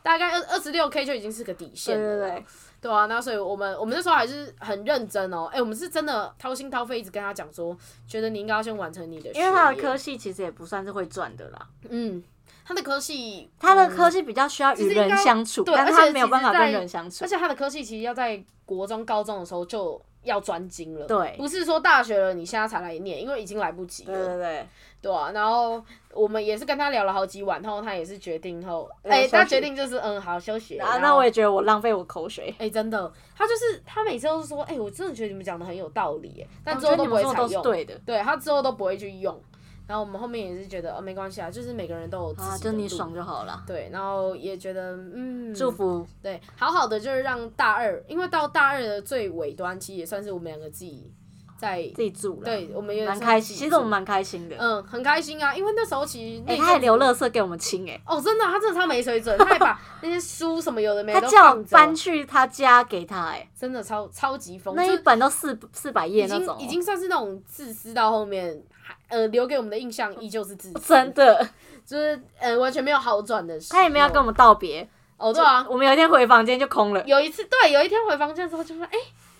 Speaker 2: 大概二二十六 k 就已经是个底
Speaker 1: 对
Speaker 2: 线了。
Speaker 1: 对对，
Speaker 2: 对啊，那所以我们我们那时候还是很认真哦，哎、我们是真的掏心掏肺一直跟他讲说，觉得你应该要先完成你的学业，
Speaker 1: 因为他的科系其实也不算是会赚的啦，
Speaker 2: 嗯，他的科系，
Speaker 1: 他的
Speaker 2: 嗯
Speaker 1: 科系比较需要与
Speaker 2: 其实应该
Speaker 1: 人相处，
Speaker 2: 嗯对
Speaker 1: 但
Speaker 2: 而且
Speaker 1: 他没有办法
Speaker 2: 其实在
Speaker 1: 跟人相处
Speaker 2: 而。且他的科系其实要在国中、高中的时候就要专精了，
Speaker 1: 对
Speaker 2: 不是说大学了你现在才来念，因为已经来不及
Speaker 1: 对
Speaker 2: 了，
Speaker 1: 对对，
Speaker 2: 对啊，然后我们也是跟他聊了好几晚后，他也是决定后，
Speaker 1: 嗯
Speaker 2: 哎、
Speaker 1: 休息
Speaker 2: 他决定就是嗯好休息，
Speaker 1: 啊，
Speaker 2: 然
Speaker 1: 那
Speaker 2: 后
Speaker 1: 我也觉得我浪费我口水。
Speaker 2: 哎、真的，他就是他每次都是说，哎、我真的觉得你们讲的很有道理，哎，但
Speaker 1: 我
Speaker 2: 之
Speaker 1: 哦觉
Speaker 2: 后
Speaker 1: 得
Speaker 2: 都
Speaker 1: 你
Speaker 2: 不
Speaker 1: 们说
Speaker 2: 会采
Speaker 1: 的都
Speaker 2: 用
Speaker 1: 是。对的，
Speaker 2: 对他之后都不会去用。然后我们后面也是觉得哦没关系啊，就是每个人都有自己的
Speaker 1: 啊，
Speaker 2: 路，
Speaker 1: 就你爽就好了。
Speaker 2: 对，然后也觉得嗯，
Speaker 1: 祝福，
Speaker 2: 对，好好的就是让大二，因为到大二的最尾端，其实也算是我们两个自己在，
Speaker 1: 自己住了，，
Speaker 2: 对我们也
Speaker 1: 蛮
Speaker 2: 算
Speaker 1: 开
Speaker 2: 自
Speaker 1: 心。
Speaker 2: 己
Speaker 1: 其实我们
Speaker 2: 做
Speaker 1: 蛮开心的，
Speaker 2: 嗯很开心啊，因为那时候其实那
Speaker 1: 哎、
Speaker 2: 一
Speaker 1: 他还
Speaker 2: 阵子
Speaker 1: 留垃圾给我们清、哎。
Speaker 2: 哦，真的啊、他真的超没 水准，他还把那些书什么有的没
Speaker 1: 他
Speaker 2: 的都
Speaker 1: 叫我
Speaker 2: 放着，
Speaker 1: 搬去他家给他、哎，
Speaker 2: 真的超超级疯，
Speaker 1: 那
Speaker 2: 就
Speaker 1: 一本都四四百页
Speaker 2: 已
Speaker 1: 那
Speaker 2: 经
Speaker 1: 种哦，
Speaker 2: 已经算是那种自私到后面，还呃留给我们的印象依旧是自私，
Speaker 1: 哦真的，
Speaker 2: 就是呃完全没有好转的时候。
Speaker 1: 他也没有跟我们道别。
Speaker 2: 哦，对啊，
Speaker 1: 我们有一天回房间就空了，
Speaker 2: 有一次对，有一天回房间的时候就说，哎、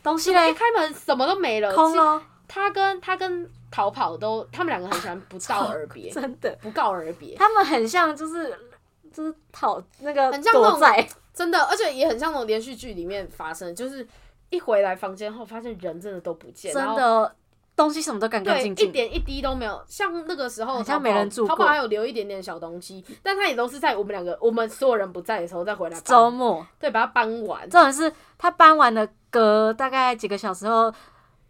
Speaker 1: 东西
Speaker 2: 怎么一
Speaker 1: 嘞
Speaker 2: 开门什么都没了，
Speaker 1: 空
Speaker 2: 其实
Speaker 1: 了，
Speaker 2: 他跟他跟逃跑都，他们两个很喜欢不告而 别，
Speaker 1: 真的，
Speaker 2: 不告而别，
Speaker 1: 他们很像就是就是讨那个
Speaker 2: 很像那
Speaker 1: 躲
Speaker 2: 种
Speaker 1: 债，
Speaker 2: 真的，而且也很像那种连续剧里面发生，就是一回来房间后发现人真的都不见，
Speaker 1: 真
Speaker 2: 然后
Speaker 1: 的哦东西什么都干干
Speaker 2: 对，
Speaker 1: 净
Speaker 2: 一
Speaker 1: 净，
Speaker 2: 点一滴都没有。像那个时候，
Speaker 1: 好像没人住
Speaker 2: 淘
Speaker 1: 过
Speaker 2: 宝还有留一点点小东西，但他也都是在我们两个我们所有人不在的时候再回来
Speaker 1: 周
Speaker 2: 搬，
Speaker 1: 末，
Speaker 2: 对，把它搬完。
Speaker 1: 重点是他搬完了，隔大概几个小时后，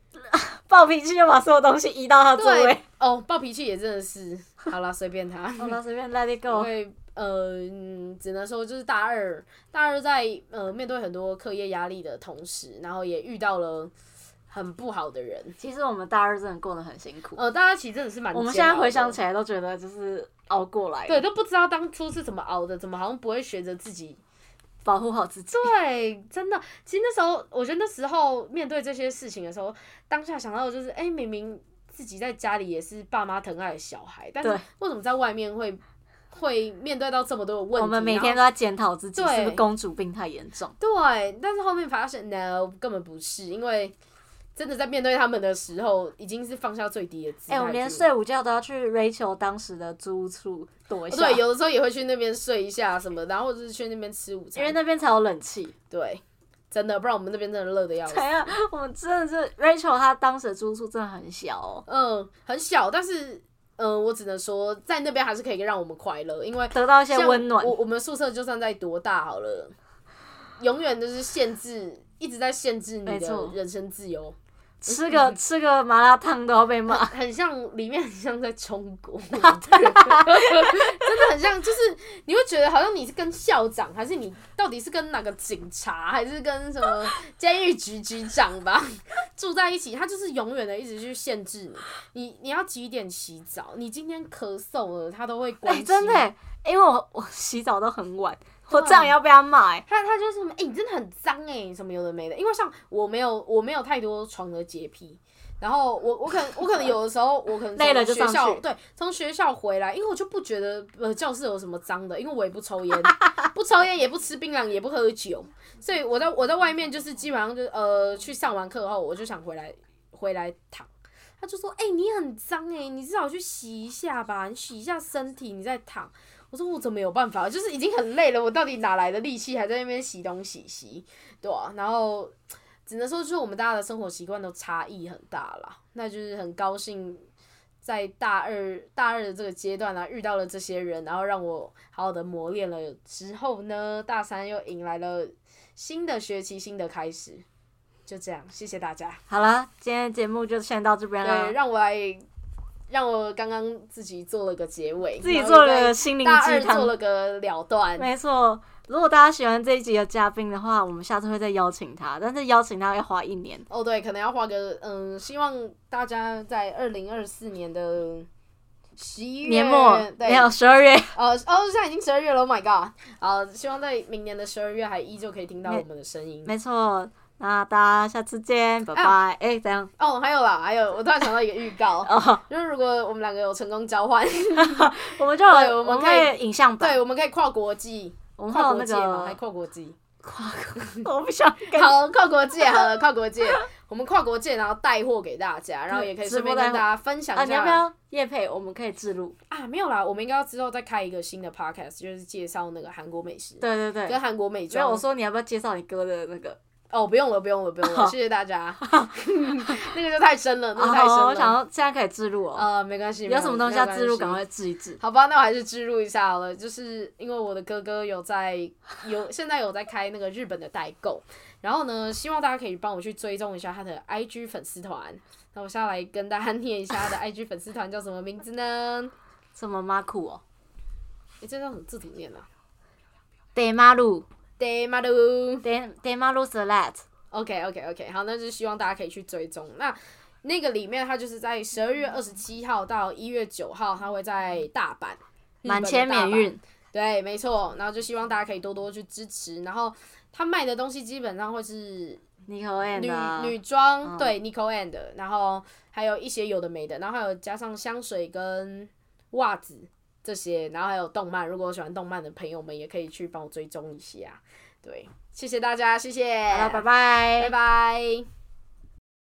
Speaker 1: 暴脾气就把所有东西移到他座
Speaker 2: 对
Speaker 1: 位，
Speaker 2: 哦，暴脾气也真的是，好啦，随便他。
Speaker 1: 好了，随便 let it
Speaker 2: 因
Speaker 1: go。
Speaker 2: 为呃，嗯只能说就是大二，大二在呃面对很多课业压力的同时，然后也遇到了很不好的人。
Speaker 1: 其实我们大二真的过得很辛苦，
Speaker 2: 呃，大家其实真的是蛮
Speaker 1: 我们
Speaker 2: 煎
Speaker 1: 现在
Speaker 2: 熬
Speaker 1: 回
Speaker 2: 的
Speaker 1: 想起来都觉得就是熬过来，
Speaker 2: 对，，都不知道当初是怎么熬的，怎么好像不会学着自己
Speaker 1: 保护好自己。
Speaker 2: 对，真的，其实那时候，我觉得那时候面对这些事情的时候，当下想到的就是，哎、明明自己在家里也是爸妈疼爱的小孩，但是
Speaker 1: 对
Speaker 2: 为什么在外面会会面对到这么多的问题？
Speaker 1: 我们每
Speaker 2: 然后
Speaker 1: 天都在检讨自己
Speaker 2: 对
Speaker 1: 是不是公主病太严重，
Speaker 2: 对，但是后面发现，no，根本不是，因为真的在面对他们的时候，已经是放下最低的姿态
Speaker 1: 哎、
Speaker 2: 去。
Speaker 1: 我们连睡午觉都要去 Rachel 当时的租屋处躲一下，
Speaker 2: 对，有的时候也会去那边睡一下什么，然后或者是去那边吃午餐
Speaker 1: 因为。那边才有冷气。
Speaker 2: 对，真的，不然我们那边真的热的要死。
Speaker 1: 哎呀，我们真的是 Rachel 她当时的租屋处真的很小哦，
Speaker 2: 嗯，很小，但是嗯，我只能说在那边还是可以让我们快乐，因为
Speaker 1: 得到一些
Speaker 2: 像
Speaker 1: 温暖
Speaker 2: 我。我们宿舍就算在多大好了，永远都是限制，一直在限制你
Speaker 1: 没
Speaker 2: 的
Speaker 1: 错
Speaker 2: 人身自由，
Speaker 1: 吃个吃个麻辣烫都要被骂，
Speaker 2: 很像里面很像在中 国， 真的很像，就是你会觉得好像你是跟校长，还是你到底是跟哪个警察，还是跟什么监狱局局长吧住在一起，他就是永远的一直去限制你。你你要几点洗澡？你今天咳嗽了，他都会
Speaker 1: 哎、
Speaker 2: 关心。
Speaker 1: 真的、欸，因为我我洗澡都很晚，我
Speaker 2: 对啊
Speaker 1: 这样也要被他骂哎、
Speaker 2: 他他就是什么，哎、你真的很脏哎、什么有的没的。因为像我没有我没有太多床的洁癖，然后我我可能我可能有的时候我可能
Speaker 1: 累了就
Speaker 2: 从学
Speaker 1: 上
Speaker 2: 校
Speaker 1: 去
Speaker 2: 对从学校回来，因为我就不觉得呃教室有什么脏的，因为我也不抽烟，不抽烟也不吃槟榔也不喝酒，所以我在我在外面就是基本上就呃去上完课后我就想回来回来躺。他就说：“哎、你很脏哎、你至少去洗一下吧，你洗一下身体，你再躺。”我说我怎么有办法？就是已经很累了，我到底哪来的力气还在那边洗东洗西？对啊，然后只能说就是我们大家的生活习惯都差异很大啦。那就是很高兴在大二大二的这个阶段呢、啊，遇到了这些人，然后让我好好的磨练了之后呢，大三又迎来了新的学期，新的开始。就这样，谢谢大家。
Speaker 1: 好了，今天的节目就先到这边
Speaker 2: 对，
Speaker 1: 了，
Speaker 2: 让我来，让我刚刚自己做了个结尾，
Speaker 1: 自己
Speaker 2: 然后
Speaker 1: 做
Speaker 2: 在
Speaker 1: 了心灵
Speaker 2: 大
Speaker 1: 鸡
Speaker 2: 二
Speaker 1: 汤
Speaker 2: 做。了个了断，
Speaker 1: 没错，如果大家喜欢这一集的嘉宾的话，我们下次会再邀请他，但是邀请他要花一年。
Speaker 2: 哦，对，可能要画个嗯，希望大家在二零二四年的十一月
Speaker 1: 年末
Speaker 2: 对
Speaker 1: 没有十二月，
Speaker 2: 呃哦，现在已经十二月了，Oh my god！呃，希望在明年的十二月还依旧可以听到我们的声音。
Speaker 1: 没错。那大家下次见，拜拜。哎、怎样？，
Speaker 2: 哦，还有啦，还有，我突然想到一个预告
Speaker 1: 哦，
Speaker 2: 就是如果我们两个有成功 交换，
Speaker 1: 我们就
Speaker 2: 对
Speaker 1: 有
Speaker 2: 我
Speaker 1: 我
Speaker 2: 们
Speaker 1: 们
Speaker 2: 可以
Speaker 1: 会有影像版，
Speaker 2: 对，我们可以跨国际，
Speaker 1: 我们会
Speaker 2: 跨
Speaker 1: 有
Speaker 2: 国
Speaker 1: 哦那
Speaker 2: 界嘛，还
Speaker 1: 个，
Speaker 2: 跨国际。
Speaker 1: 我不想跟
Speaker 2: 好，跨国界好了，跨 国界，我们跨国界，然后带货给大家，然后也可以顺
Speaker 1: 直播
Speaker 2: 便
Speaker 1: 带
Speaker 2: 跟
Speaker 1: 货
Speaker 2: 大家分享
Speaker 1: 啊，
Speaker 2: 一
Speaker 1: 你要
Speaker 2: 下
Speaker 1: 不要夜配？我们可以自录。
Speaker 2: 啊，没有啦，我们应该要之后再开一个新的 podcast，就是介绍那个韩国美食，
Speaker 1: 对对对，
Speaker 2: 跟韩国美
Speaker 1: 没有，
Speaker 2: 妆
Speaker 1: 我。说你要不要介绍你哥的那个？
Speaker 2: 哦，不用了，不用了，不用了，
Speaker 1: 好
Speaker 2: 谢谢大家。那个就太深了，那个太深
Speaker 1: 好，哦我想
Speaker 2: 了。
Speaker 1: 要现在可以置入哦，
Speaker 2: 呃，没关系，没
Speaker 1: 有什么东西要置入，
Speaker 2: 没
Speaker 1: 赶
Speaker 2: 关系
Speaker 1: 快置一置。
Speaker 2: 好吧，那我还是植入一下好了，就是因为我的哥哥有在有现在有在开那个日本的代购，然后呢，希望大家可以帮我去追踪一下他的 IG 粉丝团。那我下来跟大家念一下他的 IG 粉丝团叫什么名字呢？
Speaker 1: 什么马库哦，
Speaker 2: 诶，这叫什么字怎么念呢、啊？
Speaker 1: 得马路，
Speaker 2: d a m a u
Speaker 1: 得得马路 select，
Speaker 2: OK OK OK，好，那就是希望大家可以去追踪。那那个里面，它就是在十二月二十七号到一月九号，它会在大阪日本
Speaker 1: 满
Speaker 2: 的
Speaker 1: 千
Speaker 2: 大
Speaker 1: 免
Speaker 2: 阪
Speaker 1: 运，
Speaker 2: 对，没错。然后就希望大家可以多多去支持。然后他卖的东西基本上会是
Speaker 1: 你和 a
Speaker 2: 女
Speaker 1: n 啊，
Speaker 2: 女装，对 n i c o and，的然后还有一些有的没的，然后还有加上香水跟袜子这些，然后还有动漫。如果喜欢动漫的朋友们，也可以去帮我追踪一下。对，谢谢大家，谢谢，
Speaker 1: 好了，拜
Speaker 2: 拜
Speaker 1: 拜
Speaker 2: 拜。